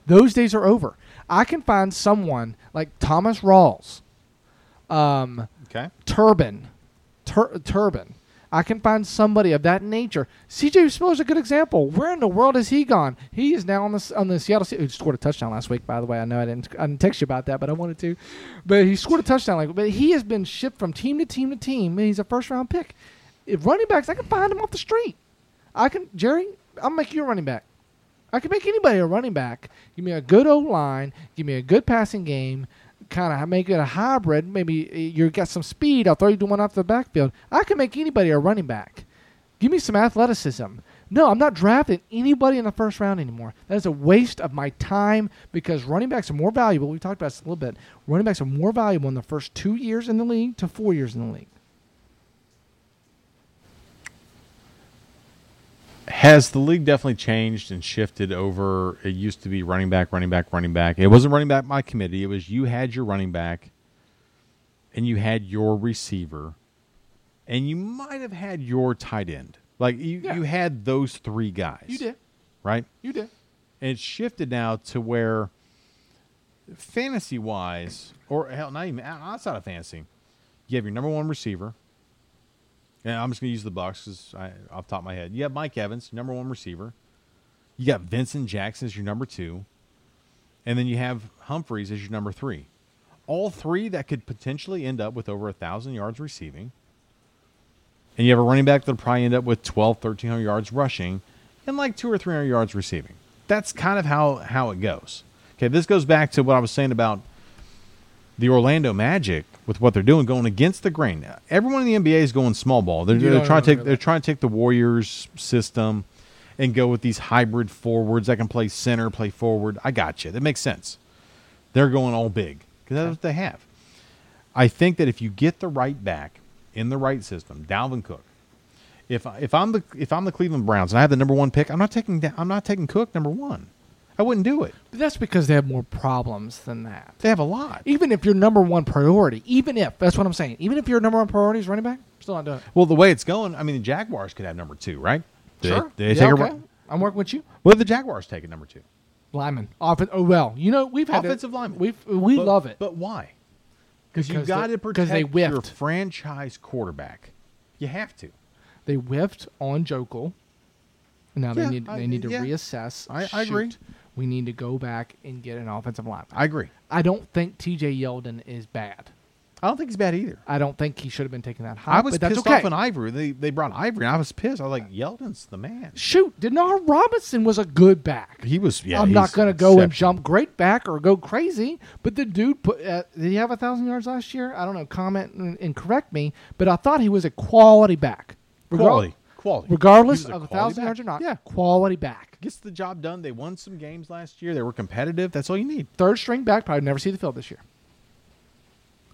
Speaker 1: Those days are over. I can find someone like Thomas Rawls. Um,
Speaker 2: okay.
Speaker 1: Turbin, Tur- Turbin. I can find somebody of that nature. C.J. Spiller's a good example. Where in the world has he gone? He is now on the on the Seattle. Se- Who scored a touchdown last week? By the way, I know I didn't I didn't text you about that, but I wanted to. But he scored a touchdown. Like, but he has been shipped from team to team to team. and He's a first round pick. If running backs, I can find him off the street. I can Jerry. I'll make you a running back. I could make anybody a running back. Give me a good old line. Give me a good passing game. Kind of make it a hybrid. Maybe uh, you got some speed. I'll throw you to one off the backfield. I can make anybody a running back. Give me some athleticism. No, I'm not drafting anybody in the first round anymore. That is a waste of my time because running backs are more valuable. We talked about this a little bit. Running backs are more valuable in the first two years in the league to four years in the league.
Speaker 2: Has the league definitely changed and shifted over? It used to be running back, running back, running back. It wasn't running back by committee. It was you had your running back, and you had your receiver, and you might have had your tight end. Like you,
Speaker 1: Yeah.
Speaker 2: you had those three guys. right.
Speaker 1: You did.
Speaker 2: and it's shifted now to where fantasy wise or hell not even outside of fantasy you have your number one receiver and i'm just going to use the bucks because off the top of my head you have mike evans number one receiver you got vincent jackson as your number two and then you have humphreys as your number three all three that could potentially end up with over a thousand yards receiving and you have a running back that'll probably end up with 12 1300 yards rushing and like two or 300 yards receiving that's kind of how how it goes okay this goes back to what i was saying about the orlando magic with what they're doing going against the grain everyone in the nba is going small ball they're,
Speaker 1: You
Speaker 2: they're
Speaker 1: don't
Speaker 2: trying
Speaker 1: remember
Speaker 2: to take
Speaker 1: that.
Speaker 2: they're trying to take the warriors system and go with these hybrid forwards that can play center play forward i got you that makes sense they're going all big because that's what they have I think that if you get the right back in the right system, Dalvin Cook. If if I'm the if I'm the Cleveland Browns and I have the number one pick, I'm not taking Da- I'm not taking Cook number one. I wouldn't do it.
Speaker 1: But that's because they have more problems than that.
Speaker 2: They have a lot.
Speaker 1: Even if your number one priority, even if that's what I'm saying, even if your number one priority is running back, still not doing it.
Speaker 2: Well, the way it's going, I mean, the Jaguars could have number two, right? They-
Speaker 1: sure.
Speaker 2: They,
Speaker 1: Yeah,
Speaker 2: take
Speaker 1: okay.
Speaker 2: a,
Speaker 1: I'm working with you.
Speaker 2: what did the Jaguars take at number two?
Speaker 1: Lineman. Offen- oh, well, you know, we've had. to-
Speaker 2: Offensive linemen.
Speaker 1: We've, we
Speaker 2: But-
Speaker 1: love it.
Speaker 2: but why? Because you
Speaker 1: Because
Speaker 2: got
Speaker 1: they-
Speaker 2: to
Speaker 1: 'cause
Speaker 2: protect
Speaker 1: they
Speaker 2: your
Speaker 1: whiffed.
Speaker 2: franchise quarterback. You have to.
Speaker 1: They whiffed on Jokel. Now they
Speaker 2: Yeah,
Speaker 1: need
Speaker 2: I-
Speaker 1: they need to
Speaker 2: yeah.
Speaker 1: reassess.
Speaker 2: I- I agree.
Speaker 1: Shoot. We need to go back and get an offensive line.
Speaker 2: I agree.
Speaker 1: I don't think T.J. Yeldon is bad.
Speaker 2: I don't think he's bad either.
Speaker 1: I don't think he should have been taken that high.
Speaker 2: I was
Speaker 1: but that's
Speaker 2: pissed
Speaker 1: okay.
Speaker 2: off on Ivory. They they brought Ivory. and I was pissed. I was like, Yeldon's the man.
Speaker 1: Shoot, Denard Robinson was a good back.
Speaker 2: He was. Yeah,
Speaker 1: I'm
Speaker 2: he's
Speaker 1: not going to go and
Speaker 2: exceptional.
Speaker 1: jump great back or go crazy, but the dude put. Uh, did he have a thousand yards last year? I don't know. Comment and, and correct me, but I thought he was a quality back. Regar-
Speaker 2: Quality, quality.
Speaker 1: regardless
Speaker 2: He was
Speaker 1: of a
Speaker 2: quality
Speaker 1: thousand
Speaker 2: back.
Speaker 1: yards or not.
Speaker 2: Yeah,
Speaker 1: quality back.
Speaker 2: gets the job done. They won some games last year. They were competitive. That's all you need.
Speaker 1: third string back probably never see the field this year.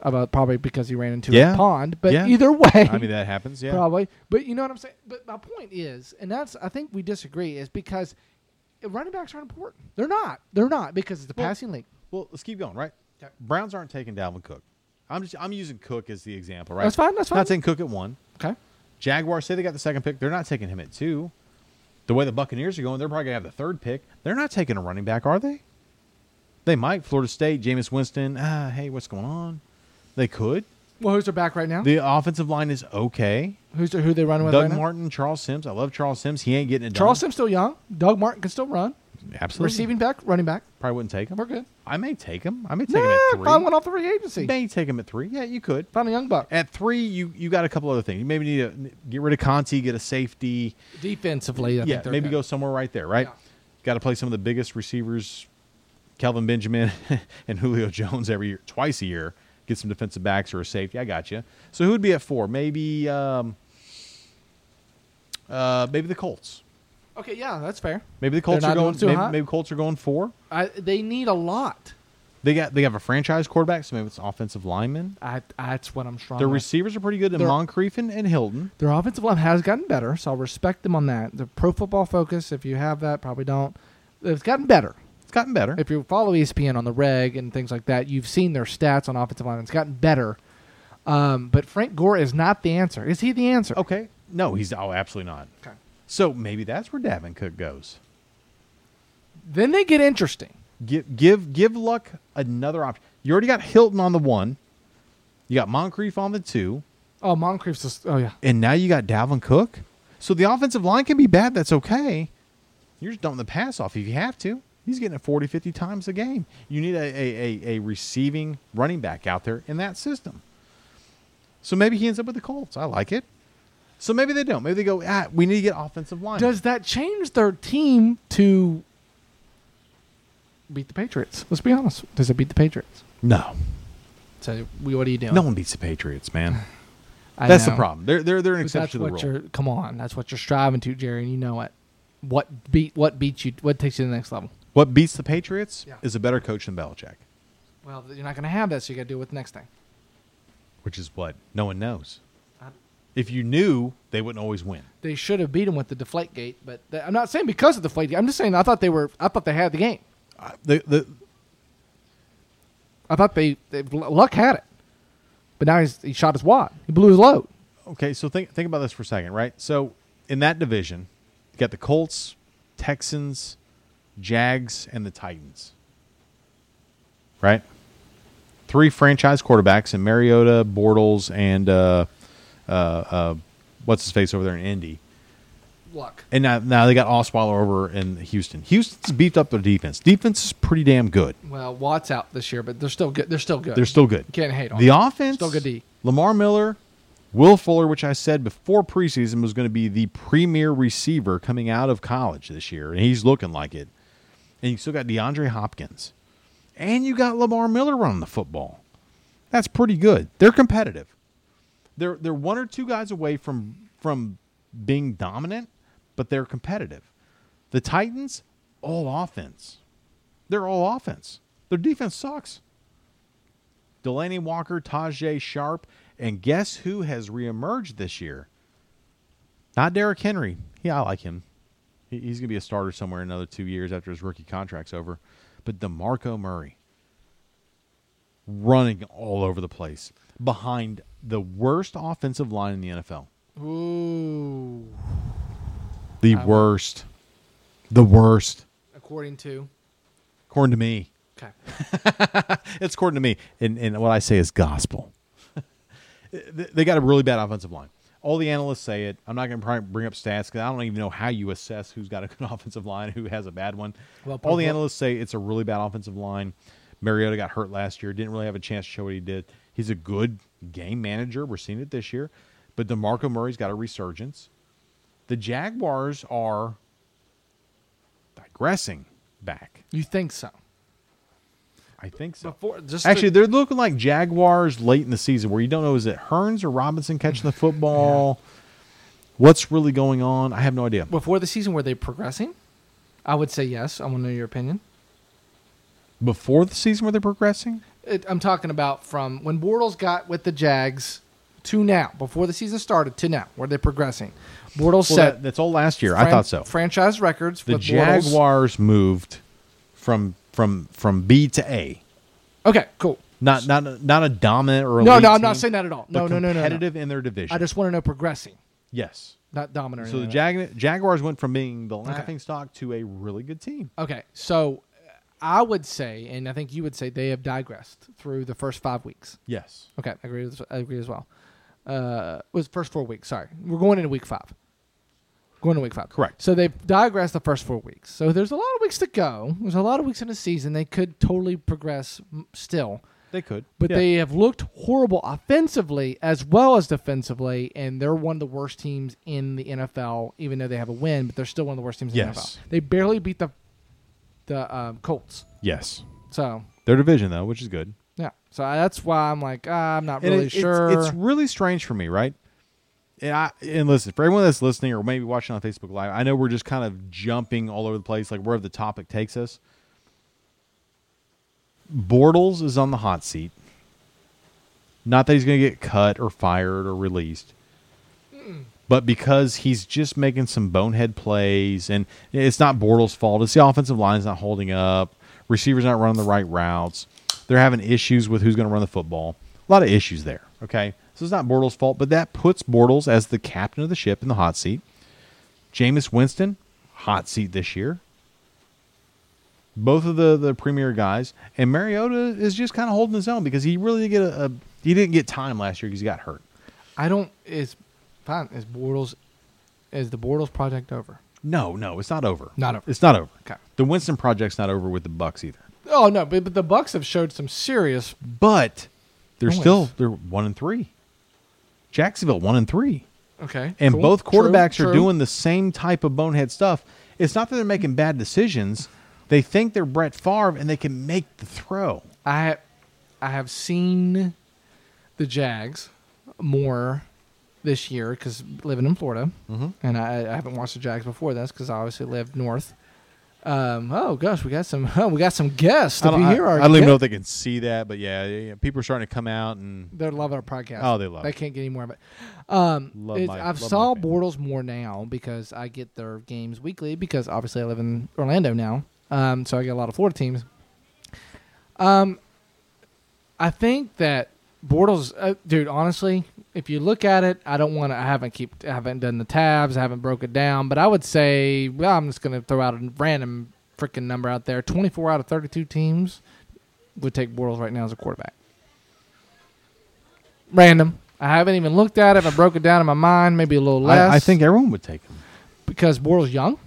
Speaker 1: About probably because he ran into
Speaker 2: Yeah.
Speaker 1: a pond, but
Speaker 2: Yeah.
Speaker 1: either [LAUGHS] way,
Speaker 2: I mean, that happens. Yeah,
Speaker 1: probably. But you know what I'm saying. But my point is, and that's I think we disagree is because running backs aren't important. They're not. They're not because it's a
Speaker 2: Well-
Speaker 1: passing league.
Speaker 2: Well, let's keep going. Right.
Speaker 1: Okay.
Speaker 2: Browns aren't taking Dalvin Cook. I'm just I'm using Cook as the example. Right.
Speaker 1: That's fine, that's fine.
Speaker 2: Not taking Cook at one.
Speaker 1: Okay.
Speaker 2: Jaguars say they got the second pick. They're not taking him at two. The way the Buccaneers are going, they're probably gonna have the third pick. They're not taking a running back, are they? They might. Florida State, Jameis Winston. Ah, hey, what's going on? They could.
Speaker 1: Well, who's their back right now?
Speaker 2: The offensive line is okay.
Speaker 1: who's their, who they running with
Speaker 2: Doug
Speaker 1: right now?
Speaker 2: Martin, Charles Sims. I love Charles Sims. He ain't getting it
Speaker 1: Charles
Speaker 2: done.
Speaker 1: Sims still young. Doug Martin can still run.
Speaker 2: absolutely
Speaker 1: Receiving back, running back.
Speaker 2: Probably wouldn't take him.
Speaker 1: We're good.
Speaker 2: I may take him. I may take
Speaker 1: Nah,
Speaker 2: him at three.
Speaker 1: finally went off the free agency.
Speaker 2: may take him at three. Yeah, you could.
Speaker 1: Found a young buck.
Speaker 2: At three, you you got a couple other things. You maybe need to get rid of Conti, get a safety.
Speaker 1: Defensively, I
Speaker 2: yeah,
Speaker 1: think they're
Speaker 2: maybe
Speaker 1: good.
Speaker 2: go somewhere right there. Right.
Speaker 1: Yeah.
Speaker 2: Got to play some of the biggest receivers, Kelvin Benjamin [LAUGHS] and Julio Jones every year, twice a year. Get some defensive backs or a safety. I got you. So who would be at four? Maybe um, uh, maybe the Colts.
Speaker 1: Okay, yeah, that's fair.
Speaker 2: Maybe the Colts
Speaker 1: not
Speaker 2: are
Speaker 1: doing
Speaker 2: going.
Speaker 1: too
Speaker 2: Maybe,
Speaker 1: hot?
Speaker 2: maybe Colts are going four.
Speaker 1: I, they need a lot.
Speaker 2: They got they have a franchise quarterback, so maybe it's offensive lineman.
Speaker 1: I, I- that's what I'm strong.
Speaker 2: Their
Speaker 1: at.
Speaker 2: receivers are pretty good in
Speaker 1: They're-
Speaker 2: Moncrief and, and Hilton.
Speaker 1: Their offensive line has gotten better, so I'll respect them on that. The pro football focus, if you have that, probably don't. It's gotten better.
Speaker 2: It's gotten better.
Speaker 1: If you follow E ESPN on the reg and things like that, you've seen their stats on offensive line. It's gotten better. Um, but Frank Gore is not the answer. Is he the answer?
Speaker 2: okay. No, he's oh absolutely not.
Speaker 1: Okay.
Speaker 2: So maybe that's where Davin Cook goes.
Speaker 1: Then they get interesting.
Speaker 2: Give give give Luck another option. You already got Hilton on the one. You got Moncrief on the two.
Speaker 1: Oh, Moncrief's. Just, oh yeah.
Speaker 2: And now you got Dalvin Cook. So the offensive line can be bad. That's okay. You're just dumping the pass off if you have to. He's getting it 40, 50 times a game. You need a, a, a, a receiving running back out there in that system. So maybe he ends up with the Colts. I like it. So maybe they don't. Maybe they go, ah, we need to get offensive line.
Speaker 1: Does that change their team to beat the Patriots. Let's be honest. Does it beat the Patriots?
Speaker 2: No,
Speaker 1: So we, what are you doing?
Speaker 2: no one beats the Patriots, [SIGHS] man.
Speaker 1: I
Speaker 2: That's the
Speaker 1: know.
Speaker 2: problem. They're they're they're an
Speaker 1: But
Speaker 2: exception
Speaker 1: that's
Speaker 2: to the
Speaker 1: what
Speaker 2: rule.
Speaker 1: you're. Come on, that's what you're striving to, Jerry, and you know it. What beat? What beats you? What takes you to the next level?
Speaker 2: What beats the Patriots
Speaker 1: Yeah.
Speaker 2: is a better coach than Belichick,
Speaker 1: Well, you're not going to have that, so you got to do it with the next thing.
Speaker 2: which is what no one knows.
Speaker 1: I-
Speaker 2: If you knew, they wouldn't always win.
Speaker 1: They should have beat him with the deflate gate, but th- I'm not saying because of the deflate gate. I'm just saying I thought they were. I thought they had the game.
Speaker 2: Uh, the the
Speaker 1: I thought they, they luck had it, but now he's, he shot his wad. He blew his load.
Speaker 2: okay, so think think about this for a second, right? So in that division, you got the Colts, Texans, Jags, and the Titans. Right? Three franchise quarterbacks in Mariota, Bortles, and uh, uh, uh, what's his face over there in Indy.
Speaker 1: Luck.
Speaker 2: And now, now they got Osweiler over in Houston. Houston's beefed up their defense. Defense is pretty damn good.
Speaker 1: Well, Watt's out this year, but they're still good. They're still good.
Speaker 2: They're still good.
Speaker 1: You can't hate on
Speaker 2: the
Speaker 1: them.
Speaker 2: offense.
Speaker 1: Still good D.
Speaker 2: Lamar Miller, Will Fuller, which I said before preseason was going to be the premier receiver coming out of college this year, and he's looking like it. And you still got DeAndre Hopkins, and you got Lamar Miller running the football. That's pretty good. They're competitive. They're they're one or two guys away from from being dominant, but they're competitive. The Titans, all offense. They're all offense. Their defense sucks. Delaney Walker, Tajay Sharp, and guess who has reemerged this year? Not Derrick Henry. Yeah, I like him. He- He's going to be a starter somewhere in another two years after his rookie contract's over. But DeMarco Murray running all over the place behind the worst offensive line in the NFL.
Speaker 1: Ooh,
Speaker 2: The worst. The worst,
Speaker 1: according to.
Speaker 2: according to me.
Speaker 1: Okay.
Speaker 2: It's according to me, and, and what I say is gospel. [LAUGHS] Th- they got a really bad offensive line. All the analysts say it. I'm not going to bring up stats because I don't even know how you assess who's got a [LAUGHS] good offensive line, who has a bad one.
Speaker 1: Well,
Speaker 2: All the
Speaker 1: Purcell-
Speaker 2: analysts say it's a really bad offensive line. Mariota got hurt last year, didn't really have a chance to show what he did. He's a good game manager. We're seeing it this year. But DeMarco Murray's got a resurgence. The Jaguars are digressing back.
Speaker 1: You think so?
Speaker 2: I think so.
Speaker 1: Before, just
Speaker 2: Actually,
Speaker 1: actually,
Speaker 2: they're looking like Jaguars late in the season where you don't know is it Hearns or Robinson catching the football? What's really going on? I have no idea.
Speaker 1: before the season, were they progressing? I would say yes. I want to know your opinion.
Speaker 2: Before the season, were they progressing?
Speaker 1: It, I'm talking about from when Bortles got with the Jags to now, before the season started to now. Were they progressing? Bortles
Speaker 2: Well,
Speaker 1: set
Speaker 2: that, that's all last year. I
Speaker 1: fran-
Speaker 2: thought so.
Speaker 1: Franchise records.
Speaker 2: The
Speaker 1: with Bortles.
Speaker 2: Jaguars moved from from from B to A.
Speaker 1: Okay, cool.
Speaker 2: Not not a- not a dominant or
Speaker 1: No,
Speaker 2: elite
Speaker 1: no, I'm not
Speaker 2: team,
Speaker 1: saying that at all.
Speaker 2: but
Speaker 1: No, no, no, no, no.
Speaker 2: competitive in their division.
Speaker 1: I just want to know progressing,
Speaker 2: yes.
Speaker 1: not dominant. or
Speaker 2: So the
Speaker 1: anything.
Speaker 2: Jag- Jaguars went from being the laughing stock to a really good team.
Speaker 1: Okay, so uh, I would say, and I think you would say, they have digressed through the first five weeks.
Speaker 2: Yes.
Speaker 1: Okay, I agree. With, I agree as well. Uh, was first four weeks. Sorry, we're going into week five. Going to week five.
Speaker 2: Correct.
Speaker 1: So they've digressed the first four weeks. So there's a lot of weeks to go. There's a lot of weeks in the season. They could totally progress m- still,
Speaker 2: They could.
Speaker 1: but
Speaker 2: Yeah.
Speaker 1: they have looked horrible offensively as well as defensively, and they're one of the worst teams in the NFL. Even though they have a win, but they're still one of the worst teams in
Speaker 2: Yes.
Speaker 1: the NFL. They barely beat the the um, Colts.
Speaker 2: Yes.
Speaker 1: So
Speaker 2: Their division though, which is good.
Speaker 1: yeah, so I- that's why I'm like ah, I'm not
Speaker 2: And
Speaker 1: really
Speaker 2: it- it's-
Speaker 1: sure.
Speaker 2: It's, really strange for me, right? And I and listen for everyone that's listening or maybe watching on Facebook Live. I know we're just kind of jumping all over the place, like wherever the topic takes us. Bortles is on the hot seat. Not that he's going to get cut or fired or released, but because he's just making some bonehead plays, and it's not Bortles' fault. It's the offensive line's not holding up, receivers not running the right routes. They're having issues with who's going to run the football. A lot of issues there. Okay, so it's not Bortles' fault, but that puts Bortles as the captain of the ship in the hot seat. Jameis Winston, hot seat this year. Both of the the premier guys, and Mariota is just kind of holding his own because he really didn't get a, a he didn't get time last year because he got hurt.
Speaker 1: I don't. Is fine. Is Bortles? Is the Bortles project over?
Speaker 2: No, no, it's not over.
Speaker 1: Not over.
Speaker 2: It's not over.
Speaker 1: Okay.
Speaker 2: The Winston project's not over with the Bucks either.
Speaker 1: Oh no, but, but the Bucks have showed some serious.
Speaker 2: But they're
Speaker 1: Noise.
Speaker 2: still they're one and three. Jacksonville one and three,
Speaker 1: Okay,
Speaker 2: and
Speaker 1: cool.
Speaker 2: both
Speaker 1: True,
Speaker 2: quarterbacks are
Speaker 1: true.
Speaker 2: doing the same type of bonehead stuff. It's not that they're making bad decisions. They think they're Brett Favre and they can make the throw.
Speaker 1: I ha- I have seen the Jags more this year because living in Florida,
Speaker 2: Mm-hmm.
Speaker 1: and I, I haven't watched the Jags before this because I obviously lived north. Um, oh gosh, we got some. [LAUGHS] Oh, we got some guests.
Speaker 2: I
Speaker 1: If
Speaker 2: don't,
Speaker 1: you
Speaker 2: I,
Speaker 1: hear our
Speaker 2: I don't even
Speaker 1: guest-
Speaker 2: know if they can see that, but yeah, yeah, yeah, people are starting to come out and
Speaker 1: They love our podcast.
Speaker 2: Mm-hmm. Oh, they love
Speaker 1: They
Speaker 2: it.
Speaker 1: can't get any more of it. Um,
Speaker 2: Love
Speaker 1: it's-
Speaker 2: my-
Speaker 1: I've
Speaker 2: love my
Speaker 1: saw
Speaker 2: family.
Speaker 1: Bortles more now because I get their games weekly because obviously I live in Orlando now, um, so I get a lot of Florida teams. Um, I think that Bortles, uh, dude. Honestly, if you look at it, I don't want to. I haven't keep. I haven't done the tabs. I haven't broke it down. But I would say well, I'm just going to throw out a random freaking number out there. 24 out of 32 teams would take Bortles right now as a quarterback. Random. I haven't even looked at it. I broke it down in my mind. Maybe a little less.
Speaker 2: I, I think everyone would take them.
Speaker 1: because Bortles young.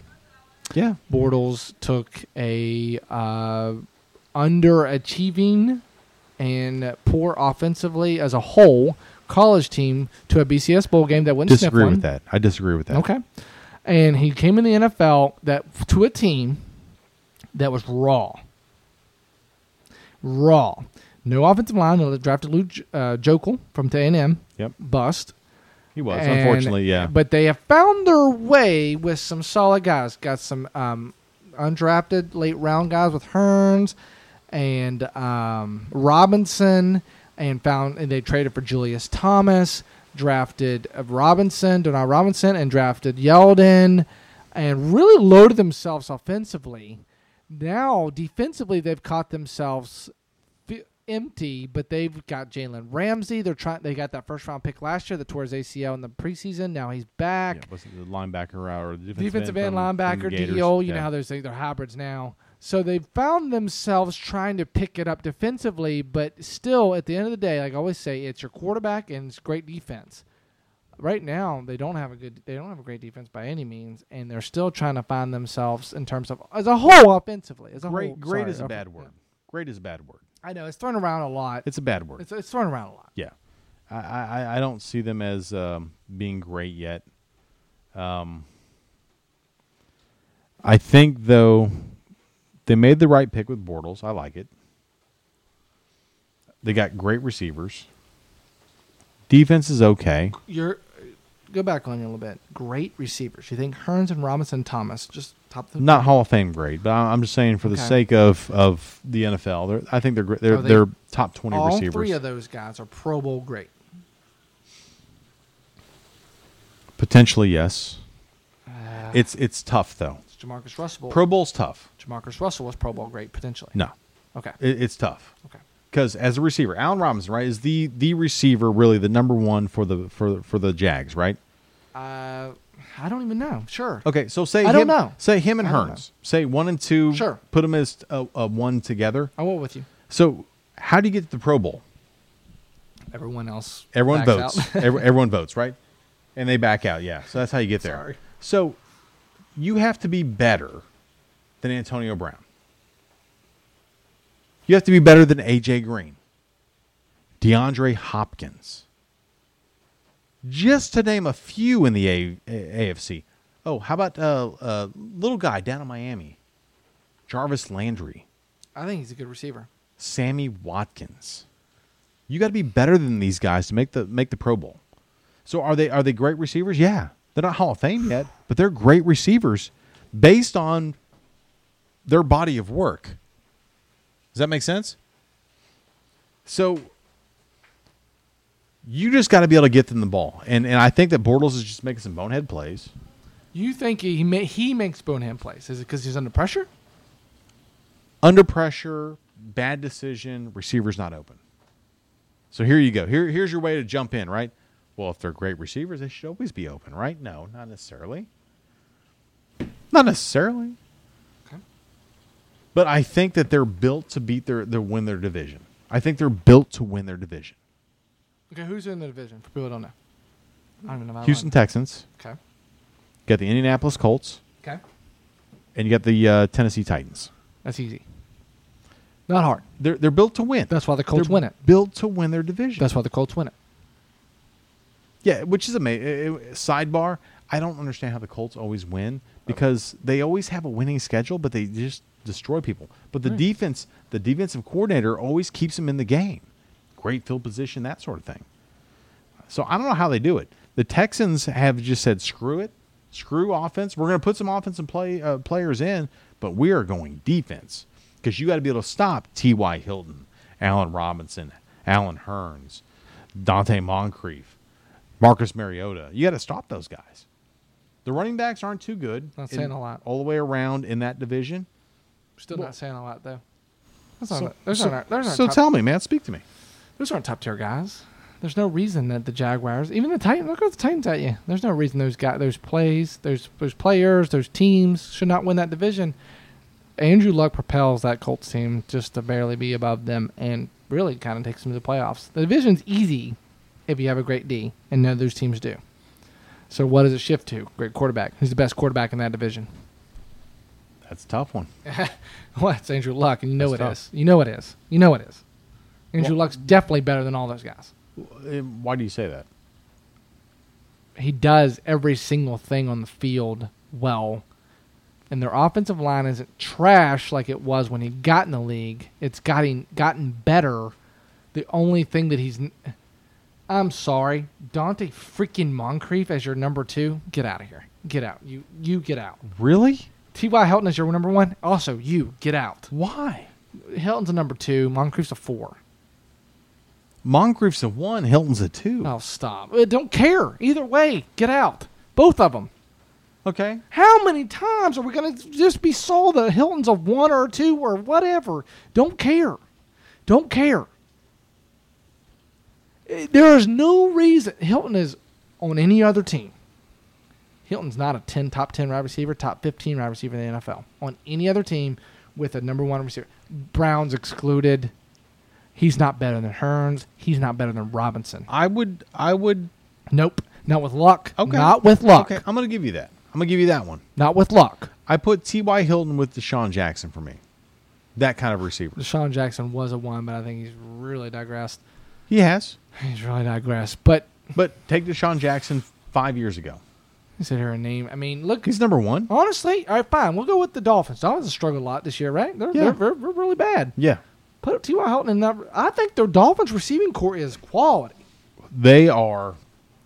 Speaker 2: Yeah.
Speaker 1: Bortles took a uh, underachieving and poor offensively as a whole college team to a BCS bowl game that wouldn't
Speaker 2: Disagree
Speaker 1: sniff one.
Speaker 2: with that. I disagree with that.
Speaker 1: Okay, and he came in the NFL that to a team that was raw, raw. No offensive line. They drafted Luke J- uh, Jokel from T and M.
Speaker 2: Yep.
Speaker 1: Bust.
Speaker 2: He was,
Speaker 1: And-
Speaker 2: unfortunately, yeah.
Speaker 1: But they have found their way with some solid guys. Got some um, undrafted late round guys with Hearns and um, Robinson, and found and they traded for Julius Thomas, drafted uh, Robinson, Donald Robinson, and drafted Yeldon, and really loaded themselves offensively. Now defensively, they've caught themselves f- empty, but they've got Jalen Ramsey. They're trying. They got that first round pick last year that tore his ACL in the preseason. Now he's back.
Speaker 2: Yeah, was it the linebacker or the defensive,
Speaker 1: Defensive
Speaker 2: end,
Speaker 1: end,
Speaker 2: from- from
Speaker 1: linebacker,
Speaker 2: the Gators?
Speaker 1: DEO. You
Speaker 2: Yeah.
Speaker 1: know how those things they're hybrids now. So they've found themselves trying to pick it up defensively, but still, at the end of the day, like I always say, it's your quarterback and it's great defense. Right now, they don't have a good, they don't have a great defense by any means, and they're still trying to find themselves in terms of as a whole offensively. As a whole,
Speaker 2: great. Great
Speaker 1: sorry,
Speaker 2: is a
Speaker 1: off-
Speaker 2: bad word. Great is a bad word.
Speaker 1: I know it's thrown around a lot.
Speaker 2: It's a bad word.
Speaker 1: It's, it's thrown around a lot.
Speaker 2: Yeah, I, I, I- I don't see them as um, being great yet. Um, I think though they made the right pick with Bortles. I like it. They got great receivers. Defense is okay.
Speaker 1: You're go back on you a little bit. Great receivers. You think Hearns and Robinson Thomas just top the
Speaker 2: Not Hall of Fame grade, but I- I'm just saying for the
Speaker 1: Okay.
Speaker 2: sake of, of the NFL, they're, I think they're gr- they're,
Speaker 1: Are they-
Speaker 2: they, are top twenty
Speaker 1: all
Speaker 2: receivers.
Speaker 1: three of those guys are Pro Bowl great.
Speaker 2: Potentially, yes. it's it's tough though.
Speaker 1: It's Jamarcus Russell.
Speaker 2: Uh, Pro Bowl's tough.
Speaker 1: Jamarcus Russell was Pro Bowl great potentially.
Speaker 2: No,
Speaker 1: Okay.
Speaker 2: it, it's tough.
Speaker 1: Okay.
Speaker 2: because as a receiver, Allen Robinson, right, is the the receiver really the number one for the for for the Jags, right?
Speaker 1: Uh, I don't even know. Sure.
Speaker 2: Okay, so say
Speaker 1: I don't
Speaker 2: him,
Speaker 1: know.
Speaker 2: Say him and
Speaker 1: I don't know.
Speaker 2: Hearns, say one and two.
Speaker 1: Sure.
Speaker 2: put them as a, a one together.
Speaker 1: I went with you.
Speaker 2: So how do you get to the Pro Bowl?
Speaker 1: Everyone else.
Speaker 2: Everyone
Speaker 1: backs
Speaker 2: votes.
Speaker 1: out. [LAUGHS]
Speaker 2: Every, everyone votes, right? And they back out. Yeah, so that's how you get there.
Speaker 1: Sorry.
Speaker 2: So you have to be better than Antonio Brown. You have to be better than AJ Green, DeAndre Hopkins, just to name a few in the a- A- AFC. Oh, how about uh, uh, little guy down in Miami, Jarvis Landry,
Speaker 1: I think he's a good receiver.
Speaker 2: Sammy Watkins. You got to be better than these guys to make the make the Pro Bowl. So are they are they great receivers? Yeah, they're not Hall of Fame yet, but they're great receivers based on their body of work. Does that make sense? So you just got to be able to get them the ball, and and I think that Bortles is just making some bonehead plays.
Speaker 1: You think he ma- he makes Bonehead plays? Is it because he's under pressure?
Speaker 2: under pressure, bad decision, receiver's not open. So here you go. Here, here's your way to jump in, right? Well, if they're great receivers, they should always be open, right? No, not necessarily. Not necessarily.
Speaker 1: Okay.
Speaker 2: But I think that they're built to beat their, their win their division. I think they're built to win their division.
Speaker 1: Okay. Who's in the division? For people who don't know. I don't even know.
Speaker 2: Houston Texans,
Speaker 1: Okay.
Speaker 2: you got the Indianapolis Colts,
Speaker 1: Okay.
Speaker 2: and you got the uh, Tennessee Titans.
Speaker 1: That's easy. Not hard.
Speaker 2: They're they're built to win.
Speaker 1: That's why the Colts
Speaker 2: They're
Speaker 1: win it.
Speaker 2: Built to win their division.
Speaker 1: That's why the Colts win it.
Speaker 2: Yeah, which is amazing. Sidebar: I don't understand how the Colts always win, because they always have a winning schedule, but they just destroy people. But the defense, the defensive coordinator always keeps them in the game. Great field position, that sort of thing. So I don't know how they do it. The Texans have just said, "Screw it, screw offense. We're going to put some offensive play uh, players in, but we are going defense because you got to be able to stop T.Y. Hilton, Allen Robinson, Allen Hearns, Dante Moncrief, Marcus Mariota. You got to stop those guys. The running backs aren't too good.
Speaker 1: Not
Speaker 2: in-
Speaker 1: saying a lot.
Speaker 2: all the way around in that division.
Speaker 1: Still not saying a lot though. That's
Speaker 2: So-
Speaker 1: not, those
Speaker 2: so,
Speaker 1: aren't, those aren't
Speaker 2: so
Speaker 1: top,
Speaker 2: tell me, man. Speak to me.
Speaker 1: those aren't top tier guys. There's no reason that the Jaguars, even the Titans, look what the Titans at you. There's no reason those guys, those plays, those those players, those teams should not win that division. Andrew Luck propels that Colts team just to barely be above them, and really kind of takes them to the playoffs. The division's easy if you have a great D, and none of those teams do. So what does it shift to? Great quarterback. Who's the best quarterback in that division? [LAUGHS]
Speaker 2: That's a tough one.
Speaker 1: Well, it's Andrew Luck, and you know
Speaker 2: That's
Speaker 1: it
Speaker 2: tough.
Speaker 1: is. You know it is. You know it is. Andrew
Speaker 2: Well-
Speaker 1: Luck's definitely better than all those guys.
Speaker 2: Why do you say that?
Speaker 1: He does every single thing on the field well. And their offensive line isn't trash like it was when he got in the league. It's gotten gotten better. The only thing that he's, n- I'm sorry, Dante freaking Moncrief as your number two. Get out of here. Get out. You you get out.
Speaker 2: Really?
Speaker 1: T. Y. Hilton is your number one. Also, you get out.
Speaker 2: Why?
Speaker 1: Hilton's a number two. Moncrief's a four.
Speaker 2: Moncrief's a one, Hilton's a two.
Speaker 1: Oh, stop. Uh, don't care. Either way, get out. Both of them.
Speaker 2: Okay.
Speaker 1: How many times are we going to just be sold that Hilton's a one or a two or whatever? Don't care. Don't care. Uh, There is no reason Hilton is on any other team. Hilton's not a 10 top 10 wide receiver, top 15 wide receiver in the NFL. On any other team with a number 1 receiver, Brown's excluded. He's not better than Hearns. He's not better than Robinson.
Speaker 2: I would I would
Speaker 1: Nope. Not with luck.
Speaker 2: okay.
Speaker 1: Not with luck.
Speaker 2: Okay, I'm gonna give you that. I'm gonna give you that one.
Speaker 1: Not with luck.
Speaker 2: I put T. Y. Hilton with Deshaun Jackson for me. That kind of receiver.
Speaker 1: Deshaun Jackson was a one, but I think he's really digressed. [LAUGHS]
Speaker 2: He has.
Speaker 1: He's really digressed. But
Speaker 2: But take Deshaun Jackson five years ago.
Speaker 1: you sit here and name. I mean, look.
Speaker 2: He's number
Speaker 1: Oh.
Speaker 2: one.
Speaker 1: Honestly, all right, fine. We'll go with the Dolphins. Dolphins have struggled a lot this year, right? They're,
Speaker 2: Yeah.
Speaker 1: they're, they're, they're really bad.
Speaker 2: Yeah.
Speaker 1: Put T.Y. Hilton in that. I think their Dolphins receiving core is quality.
Speaker 2: They are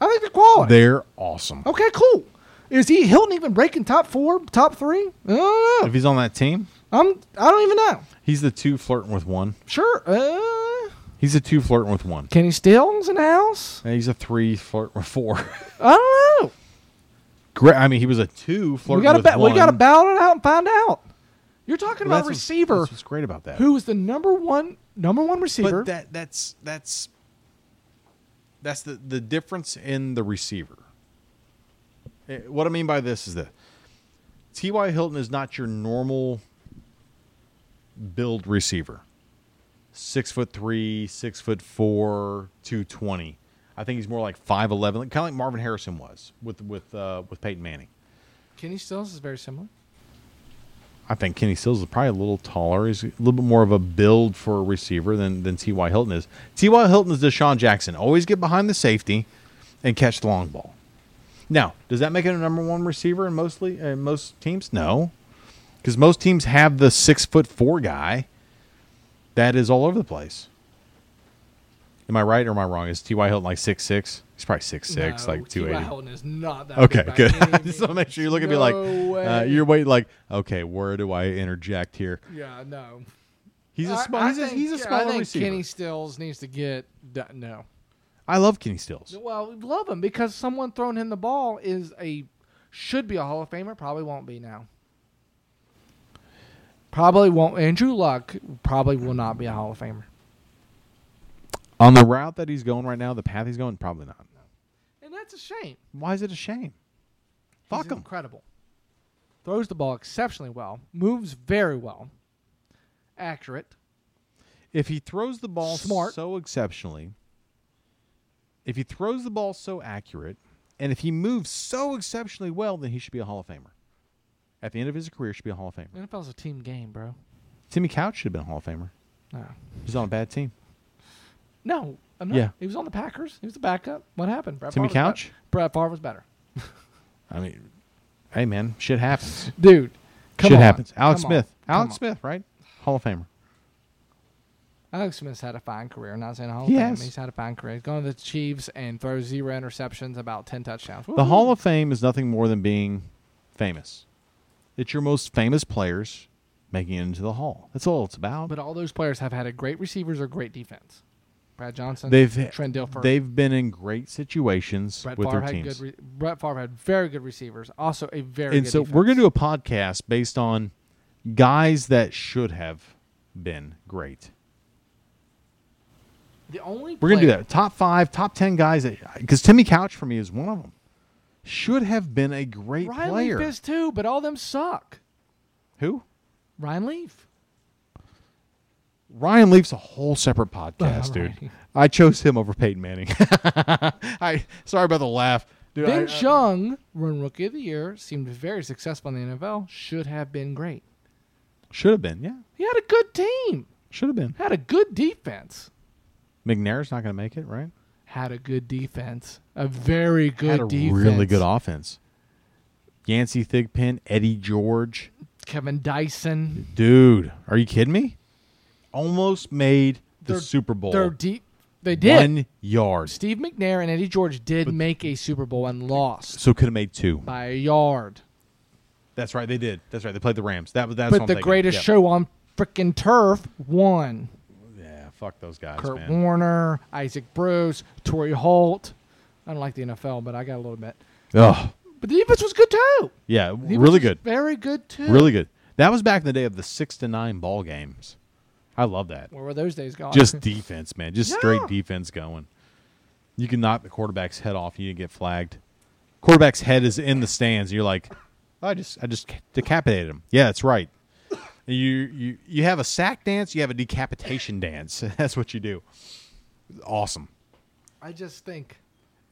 Speaker 1: I think they're quality.
Speaker 2: they're awesome.
Speaker 1: okay, cool. Is he Hilton even breaking top four, top three? I don't know.
Speaker 2: If he's on that team,
Speaker 1: I'm. I don't even know.
Speaker 2: he's the two flirting with one.
Speaker 1: Sure. Uh,
Speaker 2: He's a two flirting with one.
Speaker 1: Kenny Stills in the house.
Speaker 2: And he's a three flirting with four. [LAUGHS]
Speaker 1: I don't know.
Speaker 2: Great. I mean, he was a two flirting
Speaker 1: We gotta
Speaker 2: with
Speaker 1: ba-
Speaker 2: one.
Speaker 1: we gotta battle it out and find out. You're talking
Speaker 2: Well,
Speaker 1: about a
Speaker 2: that's what's-
Speaker 1: receiver
Speaker 2: That's what's great about that.
Speaker 1: who is the number one number one receiver.
Speaker 2: But that that's that's that's the the difference in the receiver. Eh, What I mean by this is that T.Y. Hilton is not your normal build receiver. Six foot three, six foot four, two twenty. I think he's more like five eleven, kind of like Marvin Harrison was with with uh, with Peyton Manning.
Speaker 1: Kenny Stills is very similar.
Speaker 2: I think Kenny Stills is probably a little taller. He's a little bit more of a build for a receiver than, than T.Y. Hilton is. T.Y. Hilton is Deshaun Jackson. Always get behind the safety and catch the long ball. Now, does that make it a number one receiver in mostly in most teams? No, because most teams have the six foot four guy that is all over the place. Am I right or am I wrong? Is T.Y. Hilton like six six? He's probably six six, like two eighty.
Speaker 1: is not that.
Speaker 2: Okay, good. [LAUGHS] I just want to make sure you look at me like uh, you're waiting. Like, okay, where do I interject here?
Speaker 1: Yeah, no.
Speaker 2: He's a small. He's, a, he's a smaller receiver.
Speaker 1: Kenny Stills needs to get d- no.
Speaker 2: I love Kenny Stills.
Speaker 1: Well, we love him because someone throwing him the ball is a should be a Hall of Famer. Probably won't be now. Probably won't. Andrew Luck probably will not be a Hall of Famer.
Speaker 2: On the route that he's going right now, the path he's going, probably not.
Speaker 1: And that's a shame.
Speaker 2: Why is it a shame? Fuck
Speaker 1: He's
Speaker 2: him.
Speaker 1: incredible. Throws the ball exceptionally well. Moves very well. Accurate.
Speaker 2: If he throws the ball
Speaker 1: Smart.
Speaker 2: so exceptionally, if he throws the ball so accurate, and if he moves so exceptionally well, then he should be a Hall of Famer. At the end of his career, should be a Hall of Famer.
Speaker 1: NFL's a team game, bro.
Speaker 2: Timmy Couch should have been a Hall of Famer.
Speaker 1: No.
Speaker 2: He's on a bad team.
Speaker 1: No, I'm not.
Speaker 2: Yeah.
Speaker 1: He was on the Packers. He was the backup. What happened? Brett
Speaker 2: Timmy
Speaker 1: Favre was
Speaker 2: Couch?
Speaker 1: bet- Brett Favre was better.
Speaker 2: I mean, Hey man, shit happens.
Speaker 1: dude. [LAUGHS] Come
Speaker 2: shit
Speaker 1: on.
Speaker 2: happens. Alex
Speaker 1: Come on.
Speaker 2: Smith. Alex
Speaker 1: Come on.
Speaker 2: Smith, right? Hall of Famer.
Speaker 1: Alex Smith's had a fine career. I'm not saying a Hall of
Speaker 2: He
Speaker 1: Fame.
Speaker 2: has.
Speaker 1: He's had a fine career. He's gone to the Chiefs and throws zero interceptions, about ten touchdowns.
Speaker 2: The Hall of Fame is nothing more than being famous. It's your most famous players making it into the Hall. That's all it's about.
Speaker 1: But all those players have had a great receivers or great defense. Brad Johnson,
Speaker 2: they've
Speaker 1: Trent Dilfer,
Speaker 2: they've been in great situations
Speaker 1: Brett
Speaker 2: with
Speaker 1: Favre
Speaker 2: their
Speaker 1: had
Speaker 2: teams.
Speaker 1: good. Re- Brett Favre had very good receivers. Also a very.
Speaker 2: and
Speaker 1: good
Speaker 2: so
Speaker 1: defense.
Speaker 2: we're going to do a podcast based on guys that should have been great.
Speaker 1: The only
Speaker 2: We're going to do
Speaker 1: player-
Speaker 2: that. Top five, top ten guys that because Timmy Couch for me is one of them. Should have been a great
Speaker 1: Ryan
Speaker 2: player.
Speaker 1: Leaf is too, but all them suck.
Speaker 2: Who?
Speaker 1: Ryan Leaf.
Speaker 2: Ryan Leaf's a whole
Speaker 1: [LAUGHS]
Speaker 2: separate podcast,
Speaker 1: All
Speaker 2: dude.
Speaker 1: right.
Speaker 2: I chose him over Peyton Manning. [LAUGHS] I sorry about the laugh, dude. I-
Speaker 1: Ben
Speaker 2: I-
Speaker 1: Jung, run rookie of the year, seemed very successful in the NFL. Should have been great.
Speaker 2: should have been, yeah,
Speaker 1: He had a good team.
Speaker 2: should have been.
Speaker 1: Had a good defense.
Speaker 2: McNair's not going to make it, right?
Speaker 1: Had a good defense. A very good
Speaker 2: Had a
Speaker 1: defense.
Speaker 2: really good offense. Yancey Thigpen, Eddie George,
Speaker 1: Kevin Dyson.
Speaker 2: dude, are you kidding me? Almost made the
Speaker 1: They're-
Speaker 2: Super Bowl.
Speaker 1: They're deep. They did.
Speaker 2: One yard,
Speaker 1: Steve McNair and Eddie George did make a Super Bowl and lost
Speaker 2: so could have made two.
Speaker 1: by a yard.
Speaker 2: That's right, they did. That's right, they played the Rams. That was that's what
Speaker 1: But
Speaker 2: I'm
Speaker 1: the
Speaker 2: thinking.
Speaker 1: greatest
Speaker 2: Yeah.
Speaker 1: show on frickin' turf won.
Speaker 2: Yeah, fuck those guys,
Speaker 1: Kurt
Speaker 2: man.
Speaker 1: Warner, Isaac Bruce, Torrey Holt. I don't like the NFL, but I got a little bit.
Speaker 2: Ugh.
Speaker 1: But the defense was good too.
Speaker 2: yeah,
Speaker 1: The defense
Speaker 2: really
Speaker 1: was
Speaker 2: good.
Speaker 1: Very good too.
Speaker 2: Really good. That was back in the day of the six to nine ball games. I love that.
Speaker 1: Where were those days gone? [LAUGHS]
Speaker 2: Just defense, man. Just straight
Speaker 1: Yeah.
Speaker 2: defense going. You can knock the quarterback's head off. You didn't get flagged. Quarterback's head is in the stands. And you're like, I just, I just decapitated him. Yeah, that's right. And you, you, you have a sack dance. You have a decapitation dance. [LAUGHS] That's what you do. Awesome.
Speaker 1: I just think,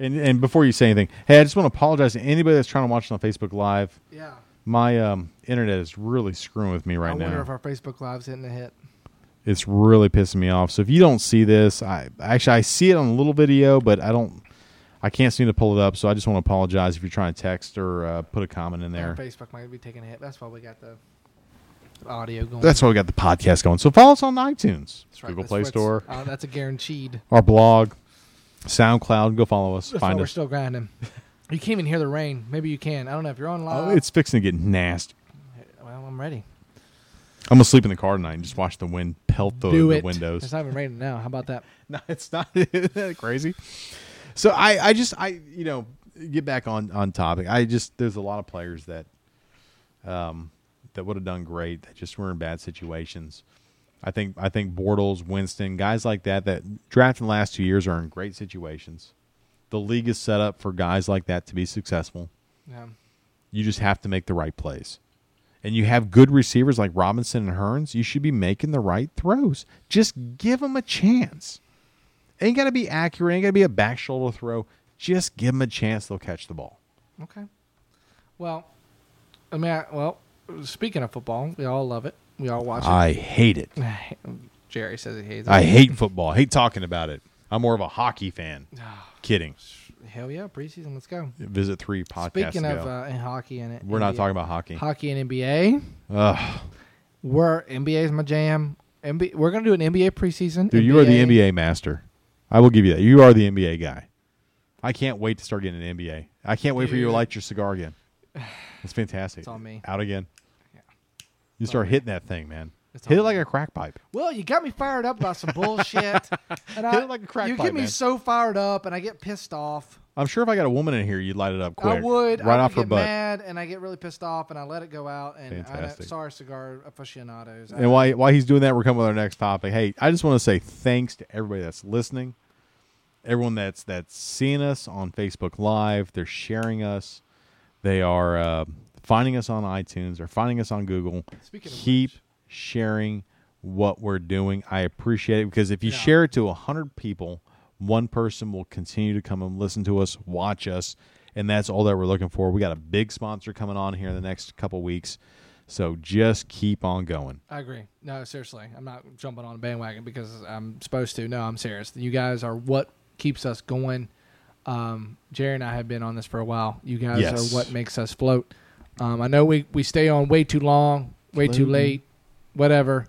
Speaker 2: And and before you say anything, hey, I just want to apologize to anybody that's trying to watch it on Facebook Live.
Speaker 1: yeah.
Speaker 2: My um, internet is really screwing with me right
Speaker 1: I
Speaker 2: now.
Speaker 1: wonder if our Facebook Live's hitting a hit.
Speaker 2: it's really pissing me off. So if you don't see this, I actually I see it on a little video, but I don't. I can't seem to pull it up, so I just want to apologize if you're trying to text or uh, put a comment in
Speaker 1: Our
Speaker 2: there.
Speaker 1: Facebook might be taking a hit. That's why we got the audio going.
Speaker 2: That's why we got the podcast going. So follow us on iTunes,
Speaker 1: That's right.
Speaker 2: Google
Speaker 1: That's
Speaker 2: Play
Speaker 1: what's-
Speaker 2: Store,
Speaker 1: Oh, that's a guaranteed.
Speaker 2: our blog, SoundCloud. Go follow us.
Speaker 1: That's why
Speaker 2: find
Speaker 1: we're
Speaker 2: us.
Speaker 1: still
Speaker 2: [LAUGHS]
Speaker 1: grinding. You can't even hear the rain. Maybe you can. I don't know if you're on live.
Speaker 2: Oh, it's fixing to get nasty.
Speaker 1: well. I'm ready.
Speaker 2: I'm gonna sleep in the car tonight and just watch the wind pelt the,
Speaker 1: Do
Speaker 2: the
Speaker 1: it.
Speaker 2: windows.
Speaker 1: It's not even raining now. How about that?
Speaker 2: [LAUGHS] No, it's not Isn't that crazy. So I, I just, I, you know, get back on on topic. I just, there's a lot of players that, um, that would have done great that just were in bad situations. I think, I think Bortles, Winston, guys like that that drafted in the last two years are in great situations. The league is set up for guys like that to be successful.
Speaker 1: Yeah.
Speaker 2: You just have to make the right plays. And you have good receivers like Robinson and Hearns, you should be making the right throws. Just give them a chance. Ain't got to be accurate, ain't got to be a back shoulder throw. Just give them a chance, they'll catch the ball.
Speaker 1: Okay. Well, I mean, I, well, speaking of football, we all love it. We all watch
Speaker 2: I hate it.
Speaker 1: it. [SIGHS] Jerry says he hates it.
Speaker 2: I hate football. I hate talking about it. I'm more of a
Speaker 1: [SIGHS]
Speaker 2: hockey fan.
Speaker 1: Ah,
Speaker 2: Kidding.
Speaker 1: [SIGHS] hell yeah, preseason. Let's go.
Speaker 2: Visit three podcasts
Speaker 1: Speaking
Speaker 2: ago.
Speaker 1: of uh, in hockey and it,
Speaker 2: We're not talking about hockey.
Speaker 1: hockey and NBA.
Speaker 2: Ugh.
Speaker 1: We're NBA is my jam. NBA, we're gonna do an NBA preseason.
Speaker 2: Dude, you are the NBA master. I will give you that. You are the NBA guy. I can't wait to start getting an NBA. I can't wait for you to
Speaker 1: Dude.
Speaker 2: light your cigar
Speaker 1: [SIGHS]
Speaker 2: again. It's fantastic.
Speaker 1: It's on me.
Speaker 2: Out again.
Speaker 1: Yeah.
Speaker 2: You start hitting that thing, man.
Speaker 1: It's
Speaker 2: Hit it
Speaker 1: on
Speaker 2: like
Speaker 1: me.
Speaker 2: a crack pipe.
Speaker 1: Well, you got me fired up about some
Speaker 2: [LAUGHS]
Speaker 1: bullshit. and
Speaker 2: Hit it like a crack
Speaker 1: You
Speaker 2: pipe,
Speaker 1: get me
Speaker 2: man.
Speaker 1: so fired up, and I get pissed off.
Speaker 2: I'm sure if I got a woman in here, you'd light it up quick.
Speaker 1: I would.
Speaker 2: Right
Speaker 1: I
Speaker 2: off
Speaker 1: would
Speaker 2: her
Speaker 1: get
Speaker 2: butt.
Speaker 1: mad, and I get really pissed off, and I let it go out. And I,
Speaker 2: Fantastic.
Speaker 1: sorry, cigar aficionados. I-
Speaker 2: And while, while he's doing that, we're coming with our next topic. Hey, I just want to say thanks to everybody that's listening, everyone that's that's seeing us on Facebook Live. They're sharing us. They are uh, finding us on iTunes. They're finding us on Google.
Speaker 1: Speaking of
Speaker 2: Keep
Speaker 1: which.
Speaker 2: sharing what we're doing. I appreciate it because if you
Speaker 1: Yeah.
Speaker 2: share it to a hundred people, one person will continue to come and listen to us, watch us, and that's all that we're looking for. We got a big sponsor coming on here in the next couple weeks. So just keep on going.
Speaker 1: I agree. No, seriously, I'm not jumping on a bandwagon because I'm supposed to. No, I'm serious. You guys are what keeps us going. Um, Jerry and I have been on this for a while. You guys
Speaker 2: Yes.
Speaker 1: are what makes us float. Um, I know we, we stay on way too long, way too
Speaker 2: Floating.
Speaker 1: late, whatever.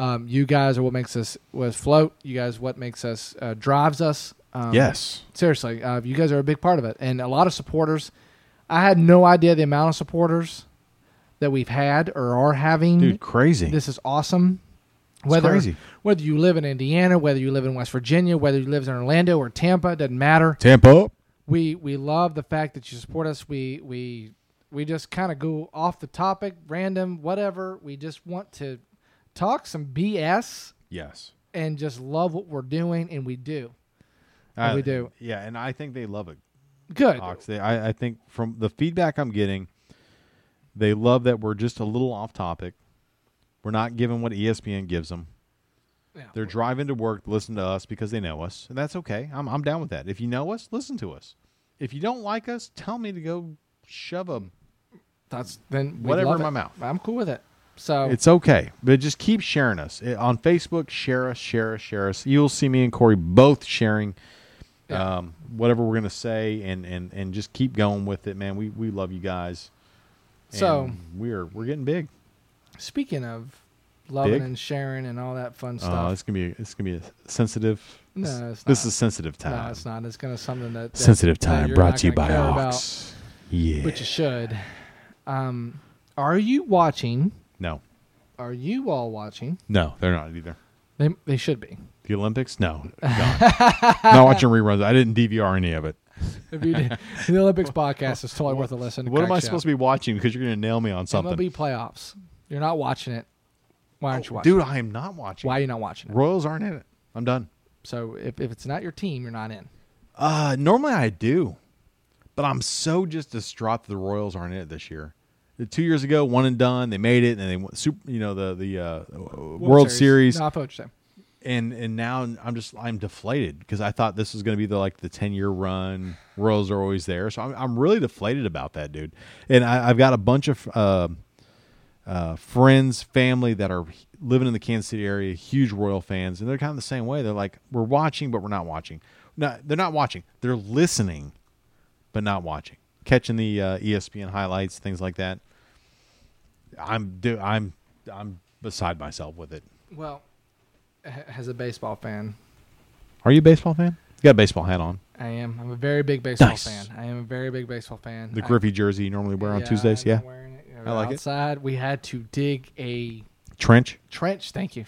Speaker 1: Um, you guys are what makes us was float. You guys what makes us uh, drives us. Um,
Speaker 2: yes.
Speaker 1: seriously, uh, you guys are a big part of it, and a lot of supporters. I had no idea the amount of supporters that we've had or are having.
Speaker 2: Dude, crazy.
Speaker 1: This is awesome.
Speaker 2: It's crazy.
Speaker 1: whether you live in Indiana, whether you live in West Virginia, whether you live in Orlando or Tampa, doesn't matter.
Speaker 2: Tempo.
Speaker 1: We we love the fact that you support us. We we we just kind of go off the topic, random, whatever. We just want to talk some BS
Speaker 2: Yes.
Speaker 1: and just love what we're doing, and we do.
Speaker 2: I-
Speaker 1: we do.
Speaker 2: Uh, Yeah, and I think they love it.
Speaker 1: Good.
Speaker 2: Ox. They, I, I think from the feedback I'm getting, they love that we're just a little off topic. We're not giving what E ESPN gives them.
Speaker 1: Yeah.
Speaker 2: They're driving to work, to listen to us because they know us, and that's okay. I'm I'm down with that. If you know us, listen to us. If you don't like us, tell me to go shove a
Speaker 1: That's then we
Speaker 2: whatever
Speaker 1: love
Speaker 2: in my
Speaker 1: it.
Speaker 2: mouth.
Speaker 1: I'm cool with it. So
Speaker 2: It's okay, but just keep sharing us I- on Facebook. Share us, share us, share us. You'll see me and Corey both sharing
Speaker 1: Yeah.
Speaker 2: um, whatever we're gonna say, and and and just keep going with it, man. We we love you guys.
Speaker 1: So-
Speaker 2: And we're we're getting big.
Speaker 1: speaking of loving
Speaker 2: Big?
Speaker 1: and sharing and all that fun
Speaker 2: Oh,
Speaker 1: stuff,
Speaker 2: it's gonna be it's gonna be a sensitive.
Speaker 1: No,
Speaker 2: this-
Speaker 1: it's
Speaker 2: this
Speaker 1: not.
Speaker 2: is sensitive time.
Speaker 1: no, it's not. It's gonna something that, that
Speaker 2: sensitive
Speaker 1: that
Speaker 2: time
Speaker 1: you're
Speaker 2: brought
Speaker 1: not
Speaker 2: to you by
Speaker 1: gonna care about,
Speaker 2: Ox. Yeah.
Speaker 1: but you should. Um, are you watching?
Speaker 2: no,
Speaker 1: Are you all watching?
Speaker 2: no, they're not either.
Speaker 1: They they should be.
Speaker 2: The Olympics?
Speaker 1: [LAUGHS]
Speaker 2: No, gone. not watching reruns. I didn't DVR any of it.
Speaker 1: If you
Speaker 2: [LAUGHS]
Speaker 1: did, the Olympics podcast is totally worth a listen.
Speaker 2: What am I supposed to be watching? Because you're gonna nail me on something.
Speaker 1: MLB playoffs. You're not watching it. Why aren't you watching?
Speaker 2: Oh, Dude, I am not
Speaker 1: it?
Speaker 2: watching.
Speaker 1: Why are you not watching it?
Speaker 2: Royals aren't in it. I'm done.
Speaker 1: So if, if it's not your team, you're not in.
Speaker 2: Uh, normally I do, but I'm so just distraught that the Royals aren't in it this year. The two years ago, one and done, they made it, and they won super, you know the the uh, World, Series,
Speaker 1: No, I feel what you're saying.
Speaker 2: and and now I'm just I'm deflated because I thought this was going to be the like the ten year run. Royals are always there, so I'm I'm really deflated about that, dude. And I, I've got a bunch of uh, uh, friends, family that are living in the Kansas City area, huge Royal fans, and they're kind of the same way. They're like, we're watching, but we're not watching. No, they're not watching. They're listening, but not watching. Catching the uh, ESPN highlights, things like that. I'm do I'm I'm beside myself with it.
Speaker 1: Well, h- as a baseball fan,
Speaker 2: Are you a baseball fan? You got a baseball hat on.
Speaker 1: I am. I'm a very big baseball
Speaker 2: Nice.
Speaker 1: fan. I am a very big baseball fan.
Speaker 2: The
Speaker 1: I-
Speaker 2: Griffey jersey you normally wear on
Speaker 1: yeah,
Speaker 2: Tuesdays.
Speaker 1: I'm
Speaker 2: Yeah.
Speaker 1: wearing it, you know,
Speaker 2: I like it.
Speaker 1: outside, we had to dig a
Speaker 2: Trench.
Speaker 1: trench. Thank you.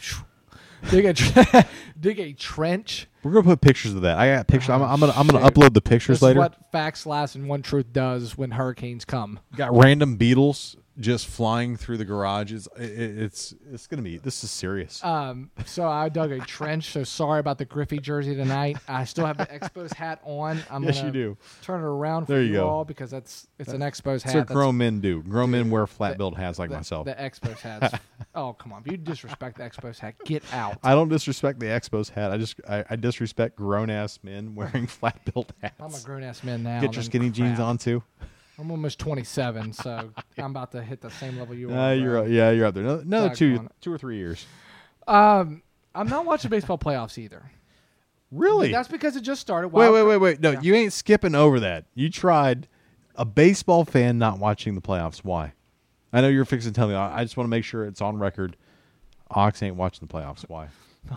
Speaker 1: dig a tre- [LAUGHS] dig a trench.
Speaker 2: We're gonna put pictures of that. I got pictures. I'm,
Speaker 1: Oh,
Speaker 2: I'm gonna I'm gonna
Speaker 1: shoot.
Speaker 2: upload the
Speaker 1: This
Speaker 2: pictures
Speaker 1: is
Speaker 2: later.
Speaker 1: what facts, lies, and one truth does when hurricanes come.
Speaker 2: Got random beetles just flying through the garage. It's it, it's it's gonna be this is serious.
Speaker 1: Um, so I dug a trench. So sorry about the Griffey jersey tonight. I still have the Expos hat on. I'm
Speaker 2: [LAUGHS] Yes,
Speaker 1: gonna
Speaker 2: you do.
Speaker 1: Turn it around for
Speaker 2: There
Speaker 1: you,
Speaker 2: you go.
Speaker 1: all because that's it's an Expos hat.
Speaker 2: That's what
Speaker 1: That's
Speaker 2: grown men do. Grown men wear flat
Speaker 1: the-
Speaker 2: billed hats like
Speaker 1: the,
Speaker 2: myself.
Speaker 1: The Expos
Speaker 2: [LAUGHS]
Speaker 1: hats. oh come on! If you disrespect the Expos hat, get out.
Speaker 2: I don't disrespect the Expos hat. I just I, I disrespect grown ass men [LAUGHS] wearing flat billed hats.
Speaker 1: I'm a grown ass man now.
Speaker 2: Get your
Speaker 1: then
Speaker 2: skinny jeans
Speaker 1: crap.
Speaker 2: on too.
Speaker 1: I'm almost 27, so [LAUGHS] I'm about to hit the same level you
Speaker 2: Uh,
Speaker 1: are.
Speaker 2: you're
Speaker 1: bro.
Speaker 2: up- yeah you're up there. Another, another two
Speaker 1: Doggone it.
Speaker 2: two or three years.
Speaker 1: I'm not watching baseball playoffs either.
Speaker 2: Really?
Speaker 1: That's because it just started.
Speaker 2: Wait,
Speaker 1: Wild
Speaker 2: wait,
Speaker 1: card-
Speaker 2: wait, wait. No,
Speaker 1: Yeah.
Speaker 2: you ain't skipping over that. You tried a baseball fan not watching the playoffs. Why? I know you're fixing to tell me. I I just want to make sure it's on record. Ox ain't watching the
Speaker 1: [LAUGHS]
Speaker 2: playoffs. Why?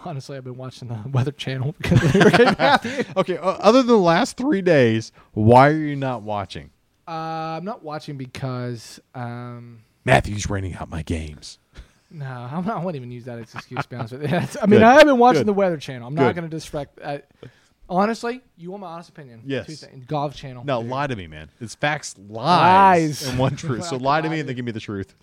Speaker 1: Honestly, I've been watching the [LAUGHS] Weather Channel because [LAUGHS] of Hurricane Matthew.
Speaker 2: Okay. Uh, other than the last three days, why are you not watching?
Speaker 1: Uh, I'm not watching because um,
Speaker 2: Matthew's raining out my games.
Speaker 1: no, I'm not, I won't even use that as an excuse. To be honest with you, [LAUGHS] That's- I mean,
Speaker 2: Good.
Speaker 1: I have been watching
Speaker 2: Good.
Speaker 1: the Weather Channel. I'm not
Speaker 2: Good.
Speaker 1: going to disrespect. I, honestly, you want my honest opinion?
Speaker 2: Yes.
Speaker 1: Two things. Golf Channel.
Speaker 2: No, lie to me, man. It's facts, lies,
Speaker 1: Lies.
Speaker 2: and one truth. So
Speaker 1: Fucking
Speaker 2: lie to
Speaker 1: lie
Speaker 2: me
Speaker 1: to
Speaker 2: and then give me
Speaker 1: [LAUGHS]
Speaker 2: the truth.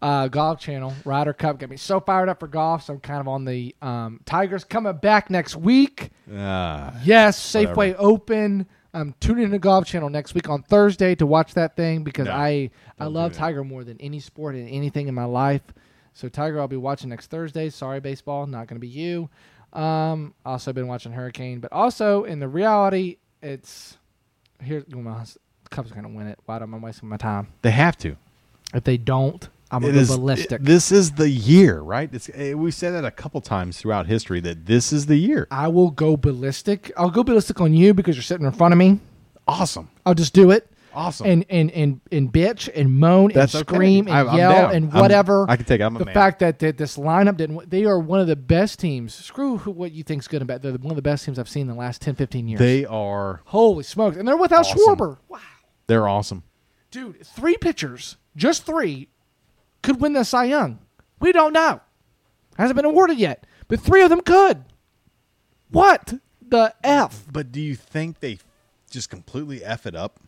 Speaker 1: uh, Golf Channel, Ryder Cup got me so fired up for golf. So I'm kind of on the um, Tigers coming back next week.
Speaker 2: Ah,
Speaker 1: Yes, Safeway
Speaker 2: Whatever.
Speaker 1: Open. I'm tuning in to Golf Channel next week on Thursday to watch that thing because
Speaker 2: No,
Speaker 1: I I
Speaker 2: don't do
Speaker 1: love
Speaker 2: that.
Speaker 1: Tiger more than any sport and anything in my life. So Tiger, I'll be watching next Thursday. Sorry, baseball, not going to be you. Um, also been watching Hurricane, but also in the reality, it's here. well, my Cubs are going to win it. Why am I wasting my time?
Speaker 2: they have to.
Speaker 1: If they don't, I'm going
Speaker 2: It
Speaker 1: to
Speaker 2: is
Speaker 1: go ballistic.
Speaker 2: it- this is the year, right? It's, eh, we said that a couple times throughout history that this is the year.
Speaker 1: I will go ballistic. I'll go ballistic on you because you're sitting in front of me.
Speaker 2: Awesome.
Speaker 1: I'll just do it.
Speaker 2: Awesome.
Speaker 1: and and and and bitch and moan
Speaker 2: That's
Speaker 1: and
Speaker 2: okay.
Speaker 1: scream and
Speaker 2: I- I'm
Speaker 1: yell
Speaker 2: down.
Speaker 1: and
Speaker 2: I'm-
Speaker 1: whatever.
Speaker 2: I can take it. I'm a
Speaker 1: the
Speaker 2: man.
Speaker 1: fact that, that this lineup didn't. They are one of the best teams. Screw who, what you think's good about. They're one of the best teams I've seen in the last 10, 15 years.
Speaker 2: they are
Speaker 1: Holy smokes! And they're without
Speaker 2: Awesome.
Speaker 1: Schwarber. Wow,
Speaker 2: they're awesome.
Speaker 1: dude, three pitchers, just three, could win the Cy Young. We don't know. Hasn't been awarded yet, but three of them could. What the f?
Speaker 2: But do you think they just completely f it up?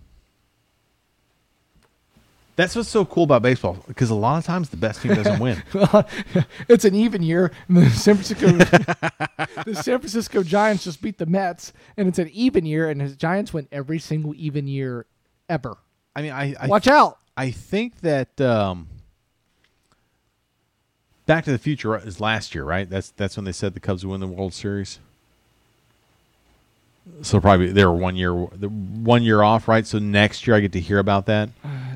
Speaker 2: That's what's so cool about baseball because a lot of times the best team doesn't win.
Speaker 1: [LAUGHS] it's an even year. And the San Francisco, [LAUGHS] the San Francisco Giants just beat the Mets, and it's an even year. And the Giants win every single even year ever.
Speaker 2: [LAUGHS] I mean, I, I
Speaker 1: Watch out!
Speaker 2: I think that um, Back to the Future is last year, right? That's that's when they said the Cubs would win the World Series. So probably they were one year the one year off, right? So next year I get to hear about that.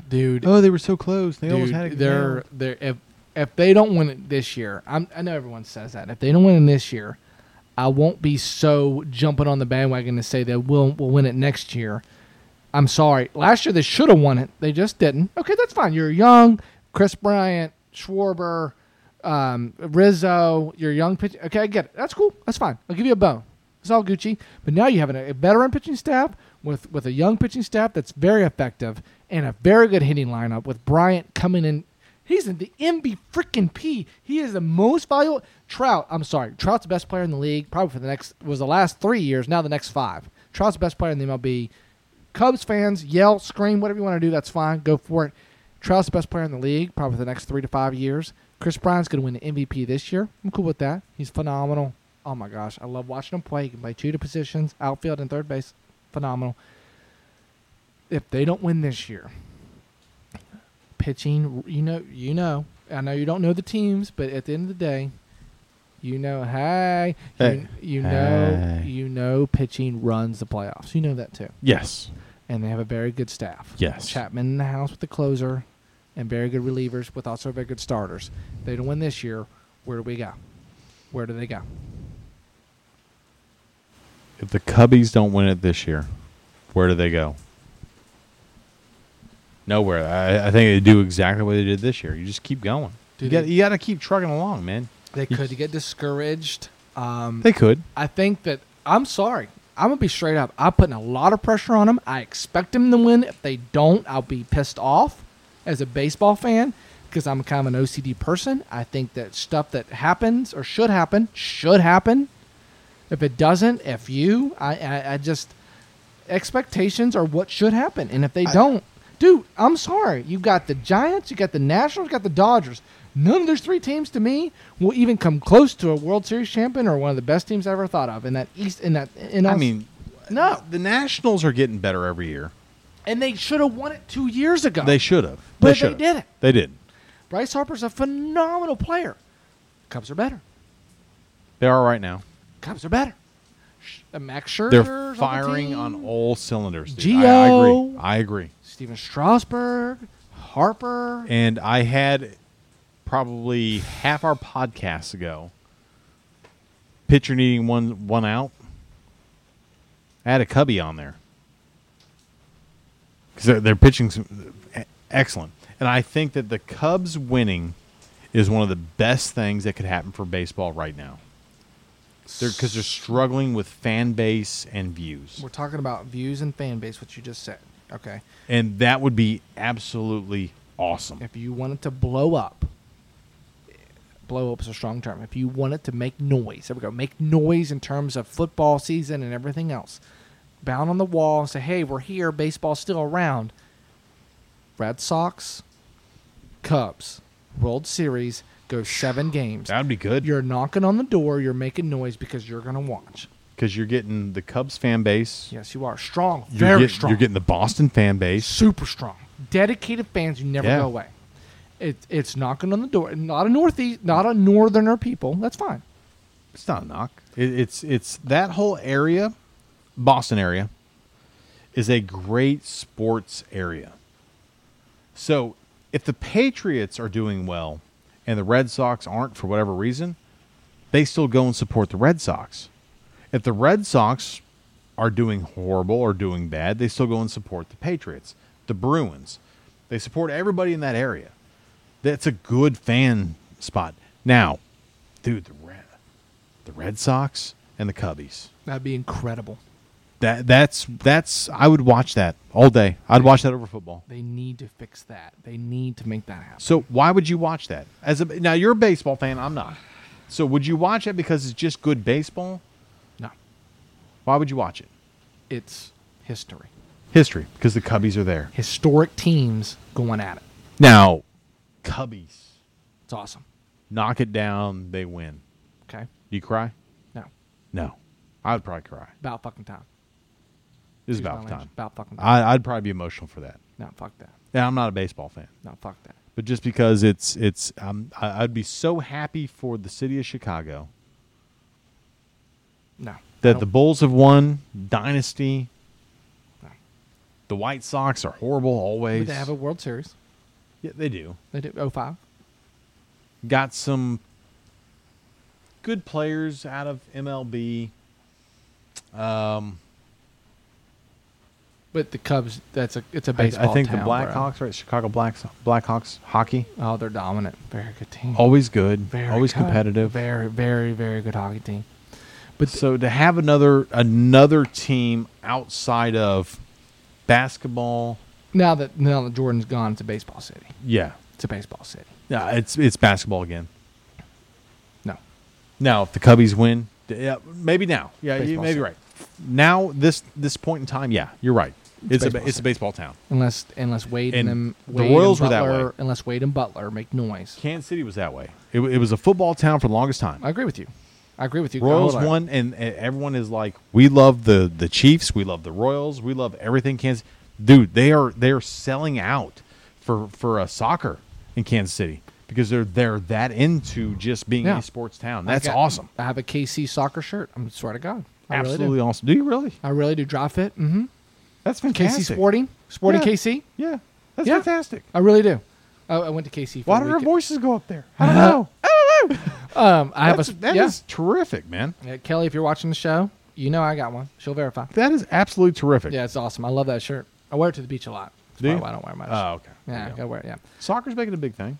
Speaker 1: dude.
Speaker 2: Oh, they were so close. They almost
Speaker 1: dude,
Speaker 2: had it.
Speaker 1: they're they're if if they don't win it this year, I'm, I know everyone says that. If they don't win it this year, I won't be so jumping on the bandwagon to say that we'll we'll win it next year. I'm sorry. Last year they should have won it. They just didn't. Okay, that's fine. You're young. Chris Bryant, Schwarber, um, Rizzo. You're young pitch. Okay, I get it. That's cool. That's fine. I'll give you a bone. It's all Gucci. But now you have an, a veteran pitching staff with with a young pitching staff that's very effective and a very good hitting lineup with Bryant coming in. He's in the MB freaking P. He is the most valuable Trout. I'm sorry, Trout's the best player in the league probably for the next was the last three years. Now the next five. Trout's the best player in the MLB. Cubs fans yell, scream, whatever you want to do, that's fine. Go for it. Trout's the best player in the league, probably for the next three to five years. Chris Bryant's going to win the MVP this year. I'm cool with that. He's phenomenal. Oh my gosh, I love watching him play. He can play two to positions, outfield and third base. Phenomenal. If they don't win this year, pitching, you know, you know, I know you don't know the teams, but at the end of the day, you know, hey,
Speaker 2: Hey.
Speaker 1: you, you know,
Speaker 2: Hey.
Speaker 1: you know, pitching runs the playoffs. You know that too
Speaker 2: yes,
Speaker 1: and they have a very good staff.
Speaker 2: Yes.
Speaker 1: Chapman in the house with the closer, and very good relievers with also very good starters. They don't win this year. Where do we go? Where do they go?
Speaker 2: if the Cubbies don't win it this year, where do they go? Nowhere. I, I think they do exactly what they did this year. You just keep going.
Speaker 1: Do
Speaker 2: you
Speaker 1: they-
Speaker 2: got you got to keep trucking along, man.
Speaker 1: They
Speaker 2: You-
Speaker 1: could get discouraged. Um,
Speaker 2: They could.
Speaker 1: I think that I'm sorry. I'm gonna be straight up. I'm putting a lot of pressure on them. I expect them to win. If they don't, I'll be pissed off as a baseball fan because I'm kind of an OCD person. I think that stuff that happens or should happen should happen. If it doesn't, if you, I, I, I just expectations are what should happen, and if they don't, dude, I'm sorry. You got the Giants, you got the Nationals, you got the Dodgers. None of those three teams to me will even come close to a World Series champion or one of the best teams I ever thought of in that East. In that, in
Speaker 2: I
Speaker 1: us-
Speaker 2: mean,
Speaker 1: no,
Speaker 2: the Nationals are getting better every year.
Speaker 1: and they should have won it two years ago.
Speaker 2: They should have.
Speaker 1: But they
Speaker 2: should've.
Speaker 1: didn't.
Speaker 2: They didn't.
Speaker 1: Bryce Harper's a phenomenal player. Cubs are better.
Speaker 2: They are right now.
Speaker 1: Cubs are better. Sh- uh, Max Scherzer.
Speaker 2: They're firing on all cylinders. Dude. I, I
Speaker 1: Gio.
Speaker 2: agree. I agree.
Speaker 1: Steven Strasburg, Harper.
Speaker 2: And I had probably half our podcast ago. Pitcher needing one one out. I had a cubby on there because they're, they're pitching some, excellent, and I think that the Cubs winning is one of the best things that could happen for baseball right now. Because they're, struggling with fan base and views,
Speaker 1: We're talking about views and fan base, what you just said. Okay.
Speaker 2: and that would be absolutely awesome.
Speaker 1: If you want it to blow up, blow up is a strong term. If you want it to make noise, there we go. Make noise in terms of football season and everything else. Bound on the wall and say, hey, we're here. Baseball's still around. Red Sox, Cubs, World Series, go seven games.
Speaker 2: That would be good.
Speaker 1: You're knocking on the door. You're making noise because you're going to watch.
Speaker 2: because you're getting the Cubs fan base.
Speaker 1: Yes, you are. Strong.
Speaker 2: You're
Speaker 1: very
Speaker 2: get-
Speaker 1: strong.
Speaker 2: You're getting the Boston fan base.
Speaker 1: super strong, dedicated fans who never
Speaker 2: Yeah.
Speaker 1: go away. It, it's knocking on the door. Not a northeast, not a northerner people. That's fine.
Speaker 2: It's not a knock. It, it's it's that whole area, Boston area, is a great sports area. So if the Patriots are doing well and the Red Sox aren't for whatever reason, they still go and support the Red Sox. If the Red Sox are doing horrible or doing bad, they still go and support the Patriots. the Bruins. They support everybody in that area. That's a good fan spot. Now, dude, the Red, the Red Sox and the Cubbies.
Speaker 1: That'd be incredible.
Speaker 2: That that's that's I would watch that all day. I'd watch that over football.
Speaker 1: They need to fix that. They need to make that happen.
Speaker 2: So why would you watch that? As a now you're a baseball fan, I'm not. So would you watch it because it's just good baseball?
Speaker 1: No,
Speaker 2: Why would you watch it?
Speaker 1: it's history.
Speaker 2: History, because the Cubbies are there.
Speaker 1: Historic teams going at it.
Speaker 2: Now, Cubbies
Speaker 1: It's awesome.
Speaker 2: knock it down, they win.
Speaker 1: Okay.
Speaker 2: You cry?
Speaker 1: No.
Speaker 2: No, I would probably cry.
Speaker 1: About fucking time.
Speaker 2: This is
Speaker 1: Excuse my
Speaker 2: about
Speaker 1: language.
Speaker 2: time.
Speaker 1: About fucking time.
Speaker 2: I, I'd probably be emotional for that.
Speaker 1: no, fuck that.
Speaker 2: And I'm not a baseball fan,
Speaker 1: No, fuck that.
Speaker 2: but just because it's it's, um, I, I'd be so happy for the city of Chicago
Speaker 1: No. I
Speaker 2: that
Speaker 1: don't-
Speaker 2: the Bulls have won dynasty.
Speaker 1: No.
Speaker 2: The White Sox are horrible always.
Speaker 1: Would they have a World Series?
Speaker 2: yeah, they do.
Speaker 1: They oh did 05.
Speaker 2: got some good players out of MLB. Um,
Speaker 1: But the Cubs, that's a it's a
Speaker 2: I,
Speaker 1: baseball.
Speaker 2: I think the
Speaker 1: town, bro.
Speaker 2: Blackhawks, right? Chicago Black Blackhawks hockey,
Speaker 1: Oh, they're dominant. Very good team.
Speaker 2: always good,
Speaker 1: very
Speaker 2: always
Speaker 1: good.
Speaker 2: competitive.
Speaker 1: Very, very, very good hockey team. But th-
Speaker 2: so to have another another team outside of basketball,
Speaker 1: now that now that Jordan's gone, it's a baseball city.
Speaker 2: yeah,
Speaker 1: It's a baseball city.
Speaker 2: yeah, it's it's basketball again.
Speaker 1: No,
Speaker 2: Now, if the Cubbies win, d- yeah, maybe now. Yeah, you
Speaker 1: Baseball
Speaker 2: may be
Speaker 1: city.
Speaker 2: right. Now, this this point in time, yeah, you're right. It's, a ba-
Speaker 1: baseball
Speaker 2: it's a
Speaker 1: city.
Speaker 2: baseball town.
Speaker 1: unless unless Wade and,
Speaker 2: And
Speaker 1: them.
Speaker 2: the
Speaker 1: Wade
Speaker 2: Royals were
Speaker 1: and
Speaker 2: that
Speaker 1: Butler,
Speaker 2: way.
Speaker 1: Unless Wade and Butler make noise.
Speaker 2: Kansas City was that way. It, wa- it was a football town for the longest time.
Speaker 1: I agree with you. I agree with you.
Speaker 2: Royals
Speaker 1: Hold on.
Speaker 2: won, and, and everyone is like, "We love the the Chiefs. We love the Royals. We love everything Kansas." Dude, they are they are selling out for for uh, soccer in Kansas City because they're they're that into just being
Speaker 1: Yeah.
Speaker 2: a sports town.
Speaker 1: I
Speaker 2: That's
Speaker 1: got-
Speaker 2: awesome.
Speaker 1: I have a KC soccer shirt. I'm swear to God. I
Speaker 2: Absolutely
Speaker 1: Really do.
Speaker 2: awesome. Do you really?
Speaker 1: I really do. Drop fit. Mm-hmm.
Speaker 2: That's
Speaker 1: KC
Speaker 2: fantastic.
Speaker 1: Sporting. Sporting
Speaker 2: Yeah.
Speaker 1: KC.
Speaker 2: Yeah, that's
Speaker 1: Yeah.
Speaker 2: fantastic.
Speaker 1: I really do. Oh, I, I went to KC. For
Speaker 2: Why
Speaker 1: a
Speaker 2: do our
Speaker 1: weekend.
Speaker 2: voices go up there? I don't know.
Speaker 1: Um, [LAUGHS] I have a.
Speaker 2: That's-
Speaker 1: sp-
Speaker 2: that
Speaker 1: yeah.
Speaker 2: is terrific, man.
Speaker 1: Yeah, Kelly, if you're watching the show, you know I got one. She'll verify.
Speaker 2: That is absolutely terrific.
Speaker 1: Yeah, it's awesome. I love that shirt. I wear it to the beach a lot. That's
Speaker 2: Do
Speaker 1: probably
Speaker 2: you?
Speaker 1: why I don't wear much.
Speaker 2: Oh, okay.
Speaker 1: yeah,
Speaker 2: There
Speaker 1: I
Speaker 2: you
Speaker 1: gotta
Speaker 2: go.
Speaker 1: wear it. Yeah,
Speaker 2: Soccer's making a big thing.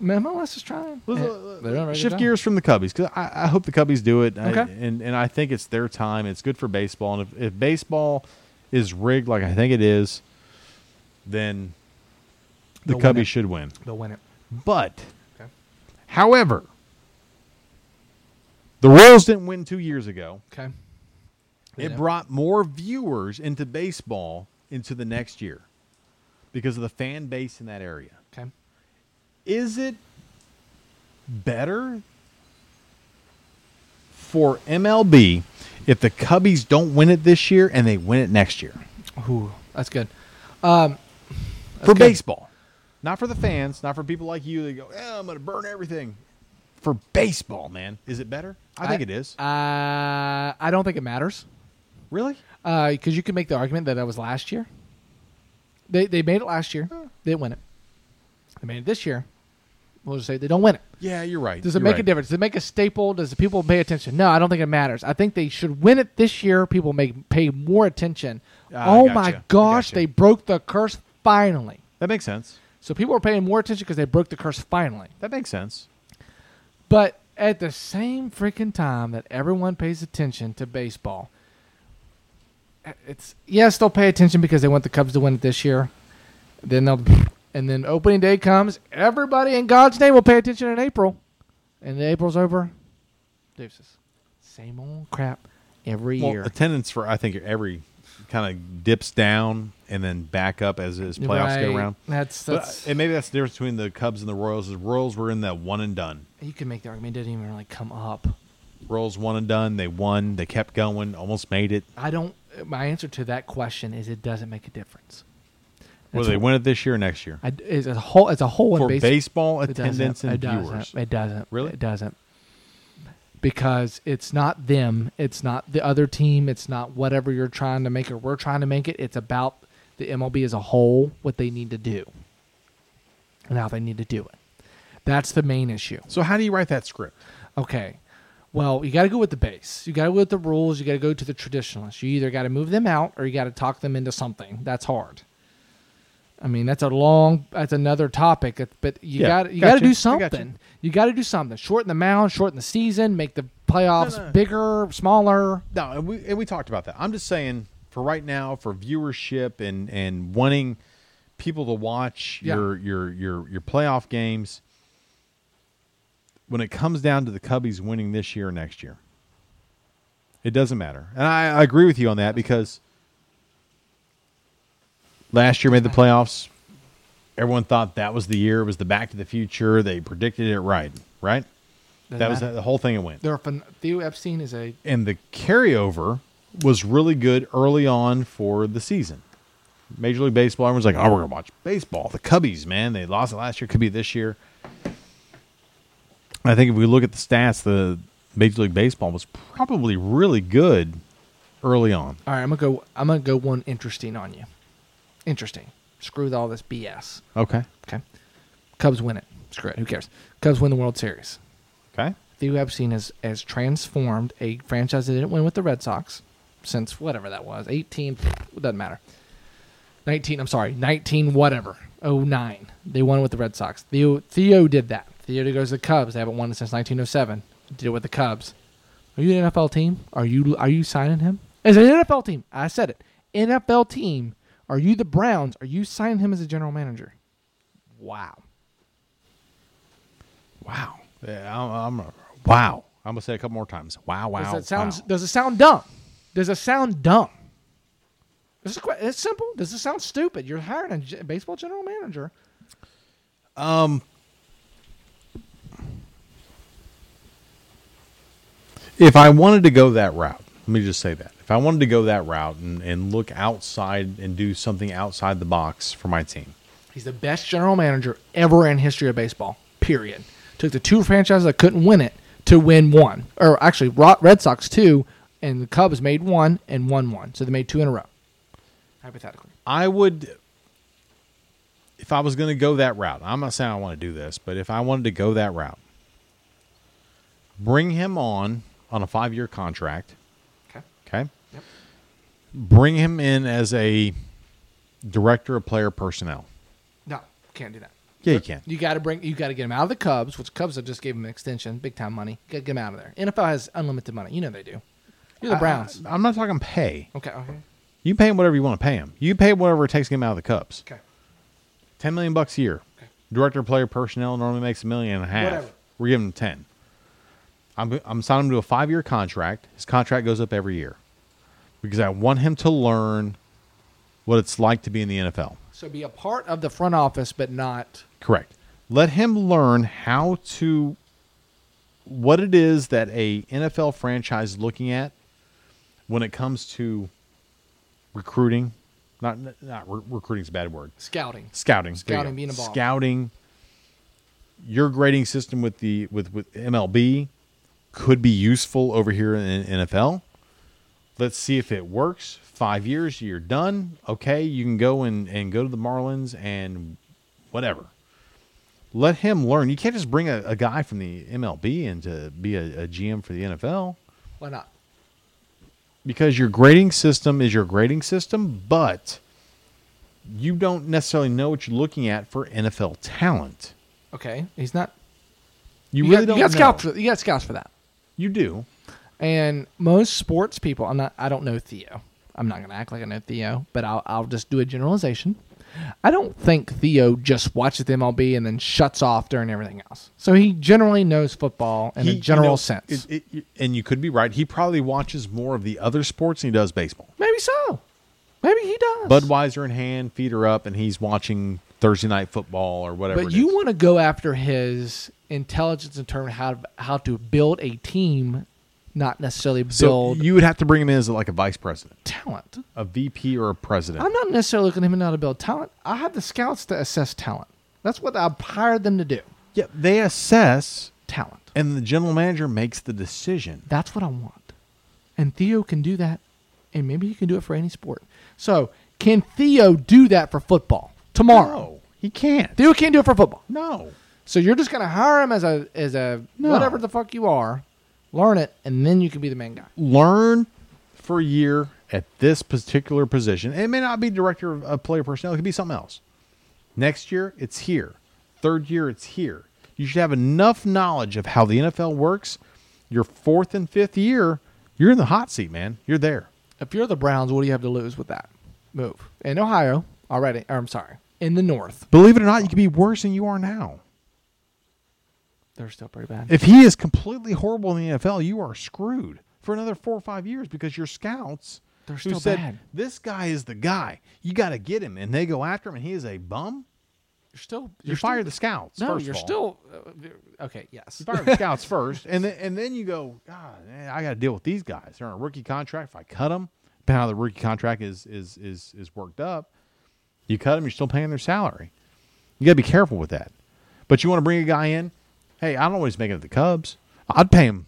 Speaker 1: man, MLS is trying. Eh,
Speaker 2: Let's-
Speaker 1: Yeah,
Speaker 2: uh,
Speaker 1: they're doing a very good
Speaker 2: shift
Speaker 1: job.
Speaker 2: gears from the Cubbies because I, I hope the Cubbies do it. I-
Speaker 1: Okay.
Speaker 2: and and I think it's their time. It's good for baseball. And if, if baseball is rigged like I think it is, then the
Speaker 1: They'll win
Speaker 2: Cubbies
Speaker 1: it.
Speaker 2: should win.
Speaker 1: They'll win it.
Speaker 2: But,
Speaker 1: Okay.
Speaker 2: however, the Royals didn't win two years ago.
Speaker 1: Okay.
Speaker 2: It
Speaker 1: Yeah.
Speaker 2: brought more viewers into baseball into the next year because of the fan base in that area.
Speaker 1: Okay.
Speaker 2: is it better for MLB if the Cubbies don't win it this year and they win it next year
Speaker 1: Ooh, that's good.
Speaker 2: for
Speaker 1: good.
Speaker 2: baseball? Not for the fans, not for people like you that go, "Eh, I'm going to burn everything. For baseball, man, is it better? I, think it is.
Speaker 1: Uh, I don't think it matters
Speaker 2: really?
Speaker 1: because you can make the argument that that was last year. They they made it last year. They didn't win it. They made it this year. We'll just say they don't win it.
Speaker 2: Yeah, you're right.
Speaker 1: Does it
Speaker 2: You're
Speaker 1: make a
Speaker 2: right.
Speaker 1: difference? Does it make a staple? Does the people pay attention? No, I don't think it matters. I think they should win it this year. People make pay more attention.
Speaker 2: Ah, I
Speaker 1: oh
Speaker 2: gotcha. I
Speaker 1: my
Speaker 2: gotcha.
Speaker 1: gosh, they broke the curse finally.
Speaker 2: That makes sense.
Speaker 1: So people are paying more attention because they broke the curse finally.
Speaker 2: That makes sense.
Speaker 1: But at the same freaking time that everyone pays attention to baseball, it's yes they'll pay attention because they want the Cubs to win it this year. Then they'll [LAUGHS] and then opening day comes. Everybody in God's name will pay attention in April, and then April's over. Deuces, same old crap every
Speaker 2: Well,
Speaker 1: year.
Speaker 2: attendance for I think every kind of dips down and then back up as as playoffs
Speaker 1: Right.
Speaker 2: go around.
Speaker 1: That's
Speaker 2: But, uh,
Speaker 1: that's
Speaker 2: and maybe that's the difference between the Cubs and the Royals. Is Royals were in that one and done.
Speaker 1: you can make the argument. It didn't even really come up.
Speaker 2: Royals one and done. They won. They kept going. Almost made it.
Speaker 1: I don't. My answer to that question is it doesn't make a difference.
Speaker 2: Whether
Speaker 1: That's
Speaker 2: they win it this year or next year.
Speaker 1: I, it's a whole. It's a whole in
Speaker 2: For
Speaker 1: baseball.
Speaker 2: baseball
Speaker 1: It doesn't.
Speaker 2: attendance and
Speaker 1: it doesn't.
Speaker 2: viewers.
Speaker 1: It doesn't.
Speaker 2: Really?
Speaker 1: It doesn't. Because it's not them. It's not the other team. It's not whatever you're trying to make or we're trying to make it. It's about the MLB as a whole, what they need to do, and how they need to do it. That's the main issue.
Speaker 2: So how do you write that script?
Speaker 1: Okay. Well, you got to go with the base. You got to go with the rules. You got to go to the traditionalists. You either got to move them out or you got to talk them into something. That's hard. I mean, that's a long, that's another topic, it- but you
Speaker 2: Yeah,
Speaker 1: got you
Speaker 2: gotcha.
Speaker 1: got to
Speaker 2: I
Speaker 1: do
Speaker 2: gotcha.
Speaker 1: something. You got to do something. Shorten the mound, shorten the season, make the playoffs
Speaker 2: No, no.
Speaker 1: bigger, smaller.
Speaker 2: No, and we and we talked about that. I'm just saying for right now, for viewership and and wanting people to watch
Speaker 1: Yeah.
Speaker 2: your your your your playoff games. When it comes down to the Cubbies winning this year or next year, it doesn't matter. And I, I agree with you on that because last year made the playoffs. Everyone thought that was the year. It was the Back to the Future. They predicted it right, right?
Speaker 1: Doesn't
Speaker 2: that was
Speaker 1: matter.
Speaker 2: the whole thing. It went
Speaker 1: They're phen- Theo Epstein is a
Speaker 2: and the carryover was really good early on for the season. Major League Baseball, everyone's like, "Oh, we're gonna watch baseball." The Cubbies, man, they lost it last year. Could be this year. I think if we look at the stats, the Major League Baseball was probably really good early on.
Speaker 1: All right, I'm gonna go. I'm gonna go one interesting on you. Interesting. Screw with all this BS.
Speaker 2: Okay,
Speaker 1: Okay. Cubs win it. Screw it. Who cares? Cubs win the World Series.
Speaker 2: okay,
Speaker 1: Theo Epstein has has transformed a franchise that didn't win with the Red Sox since whatever that was. 18. It doesn't matter. 19. I'm sorry. 19. Whatever. 09. They won with the Red Sox. Theo Theo did that. Theo goes to the Cubs. They haven't won since 1907. Did it with the Cubs. Are you an NFL team? Are you are you signing him? As an NFL team, I said it. NFL team. Are you the Browns? Are you signing him as a general manager? Wow.
Speaker 2: wow. Yeah, I'm, I'm a, wow. I'm gonna say it a couple more times. Wow, wow.
Speaker 1: Does that sound
Speaker 2: wow.
Speaker 1: does it sound dumb? Does it sound dumb? This is quite, it's simple. Does it sound stupid? You're hiring a ge- baseball general manager.
Speaker 2: if I wanted to go that route, let me just say that. If I wanted to go that route and, and look outside and do something outside the box for my team,
Speaker 1: He's the best general manager ever in history of baseball. Period. Took the two franchises that couldn't win it to win one, or actually Ro- Red Sox two, and the Cubs made one and won one, so they made two in a row. Hypothetically,
Speaker 2: I would, if I was going to go that route, I'm not saying I want to do this, but if I wanted to go that route, bring him on on a five year contract.
Speaker 1: okay.
Speaker 2: Okay.
Speaker 1: Yep.
Speaker 2: Bring him in as a director of player personnel.
Speaker 1: No, can't do that.
Speaker 2: Yeah, you can.
Speaker 1: You got to bring. You got to get him out of the Cubs, which Cubs have just gave him an extension, big time money. Got to get him out of there. NFL has unlimited money. You know they do. You're the Browns.
Speaker 2: I, I'm not talking pay.
Speaker 1: okay. Okay.
Speaker 2: You pay him whatever you want to pay him. You pay him whatever it takes to get him out of the Cubs.
Speaker 1: Okay.
Speaker 2: Ten million bucks a year. Director of player personnel normally makes a million and a half.
Speaker 1: Whatever.
Speaker 2: We're giving him ten. I'm I'm signing him to a five year contract. His contract goes up every year because I want him to learn what it's like to be in the NFL.
Speaker 1: So be a part of the front office, but not.
Speaker 2: Correct. Let him learn how to what it is that a NFL franchise is looking at when it comes to recruiting. Not not re- recruiting is a bad word.
Speaker 1: Scouting.
Speaker 2: Scouting. there you
Speaker 1: Scouting
Speaker 2: go.
Speaker 1: being involved.
Speaker 2: Scouting. Your grading system with the with, with MLB could be useful over here in NFL. Let's see if it works. Five years, you're done. Okay, you can go and, and go to the Marlins and whatever. Let him learn. You can't just bring a, a guy from the MLB in to be a, a GM for the NFL
Speaker 1: Why not?
Speaker 2: because your grading system is your grading system, but you don't necessarily know what you're looking at for NFL talent.
Speaker 1: Okay. He's not.
Speaker 2: You,
Speaker 1: got,
Speaker 2: really don't
Speaker 1: You got
Speaker 2: know.
Speaker 1: scouts. For, you got scouts for that.
Speaker 2: You do.
Speaker 1: And most sports people, I'm not. I don't know Theo. I'm not gonna act like I know Theo, but I'll I'll just do a generalization. I don't think Theo just watches the MLB and then shuts off during everything else. So he generally knows football in
Speaker 2: He-
Speaker 1: a
Speaker 2: you
Speaker 1: general
Speaker 2: know,
Speaker 1: sense.
Speaker 2: it- it- and you could be right. He probably watches more of the other sports than he does baseball.
Speaker 1: Maybe so. Maybe he does.
Speaker 2: Budweiser in hand, feet are up, and he's watching Thursday night football or whatever.
Speaker 1: but
Speaker 2: it
Speaker 1: you
Speaker 2: is.
Speaker 1: want to go after his intelligence in terms of how to, how to build a team, not necessarily
Speaker 2: so
Speaker 1: build
Speaker 2: you would have to bring him in as like a vice president,
Speaker 1: talent.
Speaker 2: a VP or a president.
Speaker 1: I'm not necessarily looking at him and how to build talent. I have the scouts to assess talent. That's what I've hired them to do.
Speaker 2: yeah, they assess,
Speaker 1: Talent.
Speaker 2: and the general manager makes the decision.
Speaker 1: That's what I want. And Theo can do that, and maybe he can do it for any sport. So can Theo do that for football tomorrow?
Speaker 2: No, he can't.
Speaker 1: Theo can't do it for football.
Speaker 2: No.
Speaker 1: So you're just gonna hire him as a as a
Speaker 2: No.
Speaker 1: whatever the fuck you are, learn it, and then you can be the main guy.
Speaker 2: learn for a year at this particular position. It may not be director of, of player personnel. It could be something else. Next year, it's here. Third year, it's here. You should have enough knowledge of how the NFL works. Your fourth and fifth year, you're in the hot seat, man. You're there.
Speaker 1: If you're the Browns, what do you have to lose with that move? In Ohio already, or I'm sorry, in the North,
Speaker 2: Believe it or not, you could be worse than you are now.
Speaker 1: they're still pretty bad.
Speaker 2: If he is completely horrible in the NFL, you are screwed for another four or five years because your scouts
Speaker 1: They're
Speaker 2: who
Speaker 1: still
Speaker 2: said
Speaker 1: bad.
Speaker 2: this guy is the guy, you got to get him, and they go after him, and he is a bum.
Speaker 1: you're still
Speaker 2: You fire the scouts.
Speaker 1: No,
Speaker 2: first of
Speaker 1: you're
Speaker 2: all.
Speaker 1: still uh, okay. Yes,
Speaker 2: You
Speaker 1: [LAUGHS]
Speaker 2: fire the scouts first, and then and then you go, God, man, I got to deal with these guys. They're on a rookie contract. If I cut them, depending on how the rookie contract is is is is worked up, you cut them, you're still paying their salary. You got to be careful with that. But you want to bring a guy in? Hey, I don't know what he's making at the Cubs. I'd pay him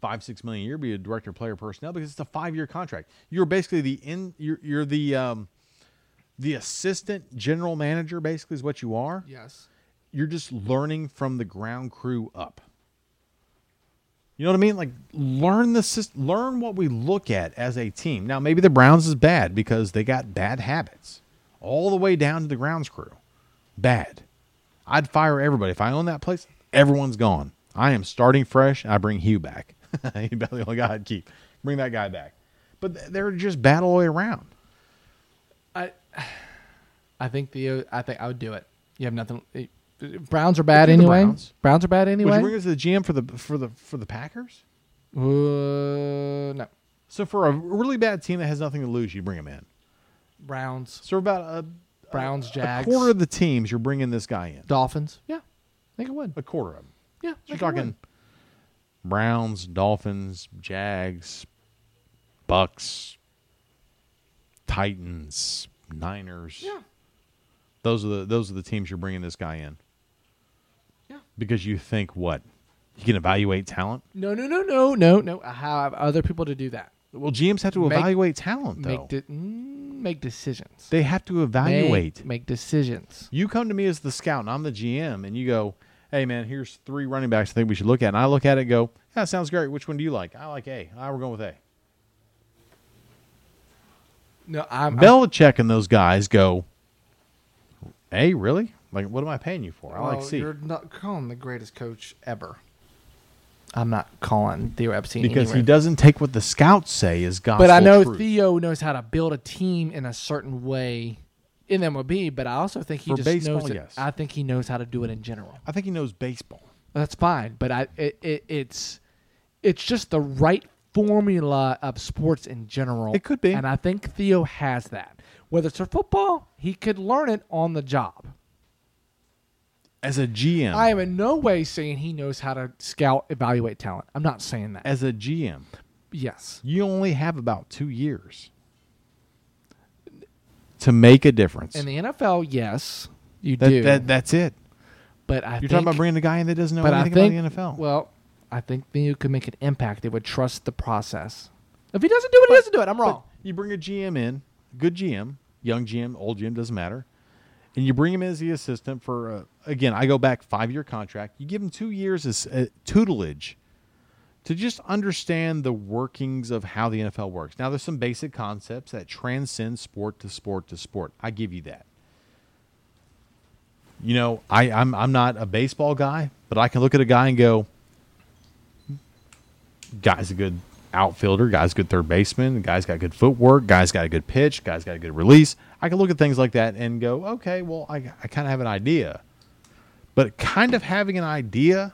Speaker 2: five six million a year, be a director of player personnel because it's a five year contract. You're basically the in you're you're the um, the assistant general manager. Basically, is what you are
Speaker 1: yes.
Speaker 2: you're just learning from the ground crew up. You know what I mean? Like learn the sys- learn what we look at as a team. Now maybe the Browns is bad because they got bad habits all the way down to the grounds crew. Bad. I'd fire everybody if I own that place. Everyone's gone. I am starting fresh. and I bring Hugh back. [LAUGHS] He's about the only guy I'd keep. Bring that guy back. But th- they're just bad all the way around.
Speaker 1: I, I think the I think I would do it. You have nothing. eh, Browns are bad
Speaker 2: Would you do the
Speaker 1: anyway. Browns.
Speaker 2: Browns?
Speaker 1: are bad
Speaker 2: Would
Speaker 1: anyway.
Speaker 2: you bring us to the GM for the for the for the Packers?
Speaker 1: uh, no,
Speaker 2: So for a really bad team that has nothing to lose, you bring him in.
Speaker 1: Browns, Uh,
Speaker 2: So about a,
Speaker 1: Browns,
Speaker 2: a
Speaker 1: Jags,
Speaker 2: quarter of the teams, you're bringing this guy in.
Speaker 1: Dolphins. Yeah, I think it would.
Speaker 2: A quarter of them.
Speaker 1: Yeah, I
Speaker 2: So you're
Speaker 1: think it would.
Speaker 2: talking Browns, Dolphins, Jags, Bucks, Titans, Niners.
Speaker 1: Yeah,
Speaker 2: Those are the those are the teams you're bringing this guy in
Speaker 1: yeah.
Speaker 2: because you think what you can evaluate talent.
Speaker 1: No, no, no, no, no, no. I have other people to do that.
Speaker 2: Well, GMs have to
Speaker 1: Make-
Speaker 2: evaluate talent though.
Speaker 1: Make de- mm, make decisions.
Speaker 2: they have to evaluate.
Speaker 1: Make, make decisions.
Speaker 2: You come to me as the scout and I'm the GM and you go, hey man, here's three running backs I think we should look at. And I look at it and go, that sounds great. Which one do you like? I like A. I we're going with A.
Speaker 1: No, I'm, I'm
Speaker 2: Belichick and those guys go, A, really? Like, what am I paying you for? I like
Speaker 1: Well,
Speaker 2: C.
Speaker 1: You're not calling the greatest coach ever. I'm not calling Theo Epstein
Speaker 2: Because he
Speaker 1: anywhere.
Speaker 2: doesn't take what the scouts say is gospel.
Speaker 1: But I know
Speaker 2: truth.
Speaker 1: Theo knows how to build a team in a certain way in MLB. But I also think he
Speaker 2: For
Speaker 1: just
Speaker 2: baseball,
Speaker 1: knows. it-
Speaker 2: yes.
Speaker 1: I think he knows how to do it in general.
Speaker 2: I think he knows baseball.
Speaker 1: That's fine. But I it, it, it's it's just the right formula of sports in general.
Speaker 2: It could be.
Speaker 1: and I think Theo has that. Whether it's for football, he could learn it on the job.
Speaker 2: As a GM,
Speaker 1: I am in no way saying he knows how to scout, evaluate talent. I'm not saying that.
Speaker 2: as a GM,
Speaker 1: Yes.
Speaker 2: you only have about two years to make a difference.
Speaker 1: In the NFL, yes, you
Speaker 2: That-
Speaker 1: do.
Speaker 2: that, that's it.
Speaker 1: but I
Speaker 2: You're
Speaker 1: think,
Speaker 2: talking about bringing a guy in that doesn't know
Speaker 1: but I
Speaker 2: anything
Speaker 1: think,
Speaker 2: about the NFL.
Speaker 1: Well, I think then you could make an impact. They would trust the process. If he doesn't do it, he doesn't do it. I'm wrong.
Speaker 2: you bring a GM in, good GM, young GM, old GM, doesn't matter, and you bring him in as the assistant for uh, again. I go back five year contract. You give him two years as uh, tutelage to just understand the workings of how the NFL works. Now, there's some basic concepts that transcend sport to sport to sport. I give you that. You know, I, I'm I'm not a baseball guy, but I can look at a guy and go, guy's a good outfielder, guy's a good third baseman, guy's got good footwork, guy's got a good pitch, guy's got a good release. I can look at things like that and go, okay, well, I, I kind of have an idea. But kind of having an idea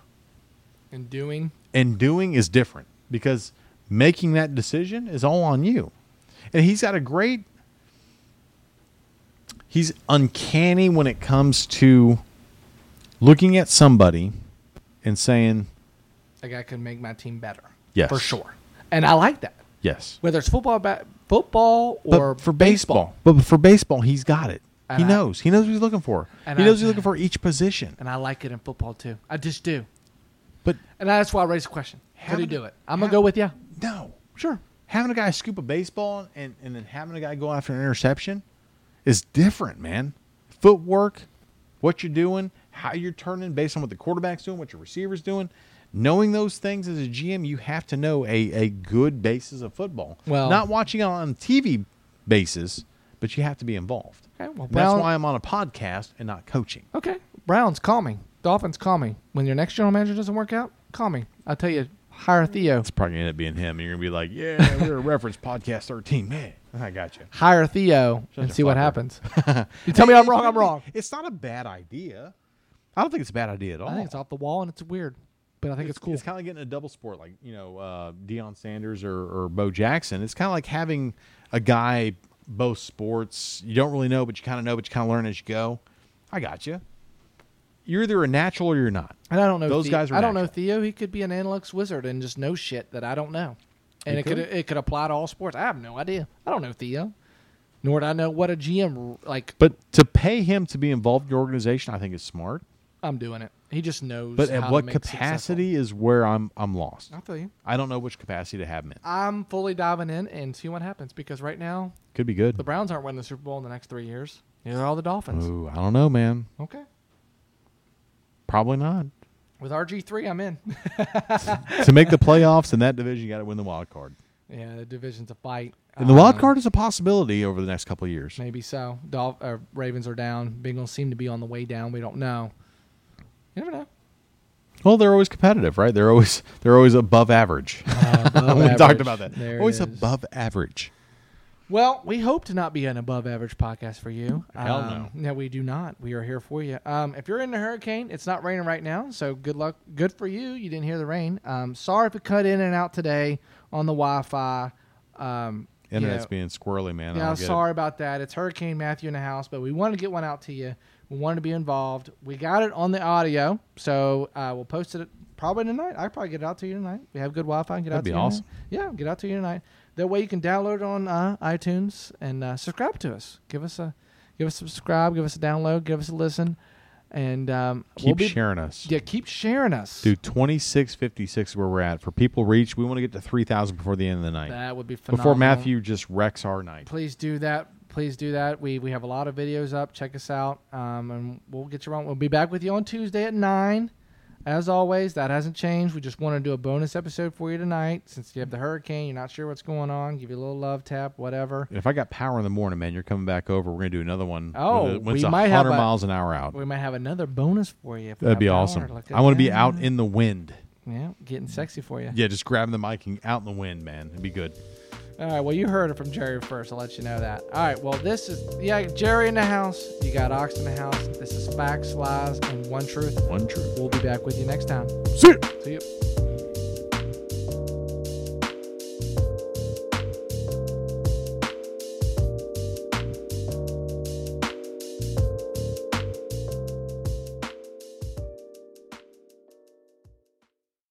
Speaker 1: And doing
Speaker 2: and doing is different because making that decision is all on you. And he's got a great he's uncanny when it comes to looking at somebody and saying,
Speaker 1: like I can make my team better.
Speaker 2: Yes.
Speaker 1: for sure. And I like that.
Speaker 2: yes.
Speaker 1: Whether it's football, ba- football
Speaker 2: But
Speaker 1: or
Speaker 2: for baseball. But for baseball, he's got it.
Speaker 1: And
Speaker 2: He
Speaker 1: I-
Speaker 2: knows. He knows what he's looking for. He
Speaker 1: And
Speaker 2: knows
Speaker 1: I-
Speaker 2: he's looking for each position.
Speaker 1: and I like it in football too. I just do.
Speaker 2: But
Speaker 1: And that's why I raised the question. How, do you
Speaker 2: Having-
Speaker 1: do it? I'm gonna
Speaker 2: how-
Speaker 1: go with you.
Speaker 2: no,
Speaker 1: Sure.
Speaker 2: having a guy scoop a baseball and, and then having a guy go after an interception is different, man. Footwork, what you're doing, how you're turning based on what the quarterback's doing, what your receiver's doing. Knowing those things as a GM, you have to know a, a good basis of football.
Speaker 1: Well-
Speaker 2: not watching on TV basis, but you have to be involved.
Speaker 1: Okay, well,
Speaker 2: And that's
Speaker 1: Brown-
Speaker 2: why I'm on a podcast and not coaching.
Speaker 1: Okay. Browns, call me. Dolphins, call me. When your next general manager doesn't work out, call me. I'll tell you, hire Theo.
Speaker 2: It's probably gonna end up being him, and you're gonna be like, [LAUGHS] "Yeah, we're a reference podcast 13, man." [LAUGHS] I got you.
Speaker 1: Hire Theo
Speaker 2: Such
Speaker 1: and
Speaker 2: a
Speaker 1: see what
Speaker 2: fucker.
Speaker 1: [LAUGHS] happens. you tell me I'm wrong, I'm wrong.
Speaker 2: It's not a bad idea. I don't think it's a bad idea at
Speaker 1: [LAUGHS]
Speaker 2: all.
Speaker 1: I think it's off the wall and it's weird, but I think it's, cool.
Speaker 2: It's kind of like getting a double sport, like you know, uh, Deion Sanders or, or Bo Jackson. It's kind of like having a guy both sports. You don't really know, but you kind of know, but you kind of learn as you go. I got you. You're either a natural or you're not.
Speaker 1: and I don't know
Speaker 2: those
Speaker 1: Theo-
Speaker 2: guys are
Speaker 1: I don't know
Speaker 2: natural.
Speaker 1: Theo. He could be an analytics wizard and just know shit that I don't know, and
Speaker 2: He
Speaker 1: it could.
Speaker 2: could.
Speaker 1: it could apply to all sports. I have no idea. I don't know Theo, nor do I know what a GM like.
Speaker 2: But to pay him to be involved in your organization, I think is smart.
Speaker 1: I'm doing it. He just knows.
Speaker 2: But
Speaker 1: how
Speaker 2: at
Speaker 1: to
Speaker 2: what
Speaker 1: make it successful.
Speaker 2: capacity is where I'm I'm lost.
Speaker 1: I feel you.
Speaker 2: I don't know which capacity to have him in.
Speaker 1: I'm fully diving in and see what happens because right now
Speaker 2: Could be good.
Speaker 1: the Browns aren't winning the Super Bowl in the next three years. Neither are the Dolphins.
Speaker 2: Ooh, I don't know, man.
Speaker 1: Okay.
Speaker 2: Probably not.
Speaker 1: With RG3, I'm in. [LAUGHS]
Speaker 2: to make the playoffs in that division, you got to win the wild card.
Speaker 1: yeah, the division's a fight.
Speaker 2: And the wild
Speaker 1: Um,
Speaker 2: card is a possibility over the next couple of years.
Speaker 1: Maybe so. Dolph- uh, Ravens are down. Bengals seem to be on the way down. We don't know. You never
Speaker 2: [LAUGHS]
Speaker 1: know.
Speaker 2: Well, they're always competitive, right? They're always they're always above average.
Speaker 1: Above
Speaker 2: [LAUGHS] we talked
Speaker 1: average.
Speaker 2: about that.
Speaker 1: Uh, There it
Speaker 2: always
Speaker 1: is.
Speaker 2: above average.
Speaker 1: Well, we hope to not be an above average podcast for you.
Speaker 2: Hell
Speaker 1: Um, no, we do not. We are here for you. Um, if you're in a hurricane, it's not raining right now, so good luck. Good for you. You didn't hear the rain. Um, sorry if it cut in and out today on the Wi Fi. Um, you
Speaker 2: Internet's
Speaker 1: know,
Speaker 2: being squirrely, man. I
Speaker 1: Yeah,
Speaker 2: don't
Speaker 1: I'm
Speaker 2: get it.
Speaker 1: sorry about that. It's Hurricane Matthew in the house, but we wanted to get one out to you. We wanted to be involved. We got it on the audio, so uh, we'll post it probably tonight. I probably get it out to you tonight. We have good Wi-Fi. And get
Speaker 2: That'd
Speaker 1: out
Speaker 2: be
Speaker 1: to you
Speaker 2: awesome.
Speaker 1: Tonight. Yeah, get out to you tonight. That way you can download it on uh, iTunes and uh, subscribe to us. Give us a give us a subscribe. Give us a download. Give us a listen, and um,
Speaker 2: Keep
Speaker 1: we'll be,
Speaker 2: sharing us.
Speaker 1: Yeah, keep sharing us.
Speaker 2: Dude, twenty six fifty six where we're at for people reach. We want to get to three thousand before the end of the night.
Speaker 1: that would be phenomenal.
Speaker 2: Before Matthew just wrecks our night.
Speaker 1: please do that. Please do that. We we have a lot of videos up. Check us out, um, and we'll get you on. We'll be back with you on Tuesday at nine. As always, that hasn't changed. We just want to do a bonus episode for you tonight, since you have the hurricane. You're not sure what's going on. Give you a little love tap, whatever.
Speaker 2: If I got power in the morning, man, you're coming back over. We're gonna do another one.
Speaker 1: Oh,
Speaker 2: when, it- when it's
Speaker 1: we might have
Speaker 2: 100
Speaker 1: a-
Speaker 2: miles an hour out.
Speaker 1: We might have another bonus for you. if we
Speaker 2: That'd
Speaker 1: have
Speaker 2: be
Speaker 1: power.
Speaker 2: awesome.
Speaker 1: Look at
Speaker 2: I want to be
Speaker 1: that.
Speaker 2: out in the wind.
Speaker 1: Yeah, getting sexy for you.
Speaker 2: Yeah, just grabbing the mic and out in the wind, man. It'd be good.
Speaker 1: All right. Well, you heard it from Jerry first. I'll let you know that. All right. Well, this is yeah, Jerry in the house. You got Ox in the house. This is facts, lies, and one truth.
Speaker 2: One truth.
Speaker 1: We'll be back with you next time.
Speaker 2: See ya.
Speaker 1: See you.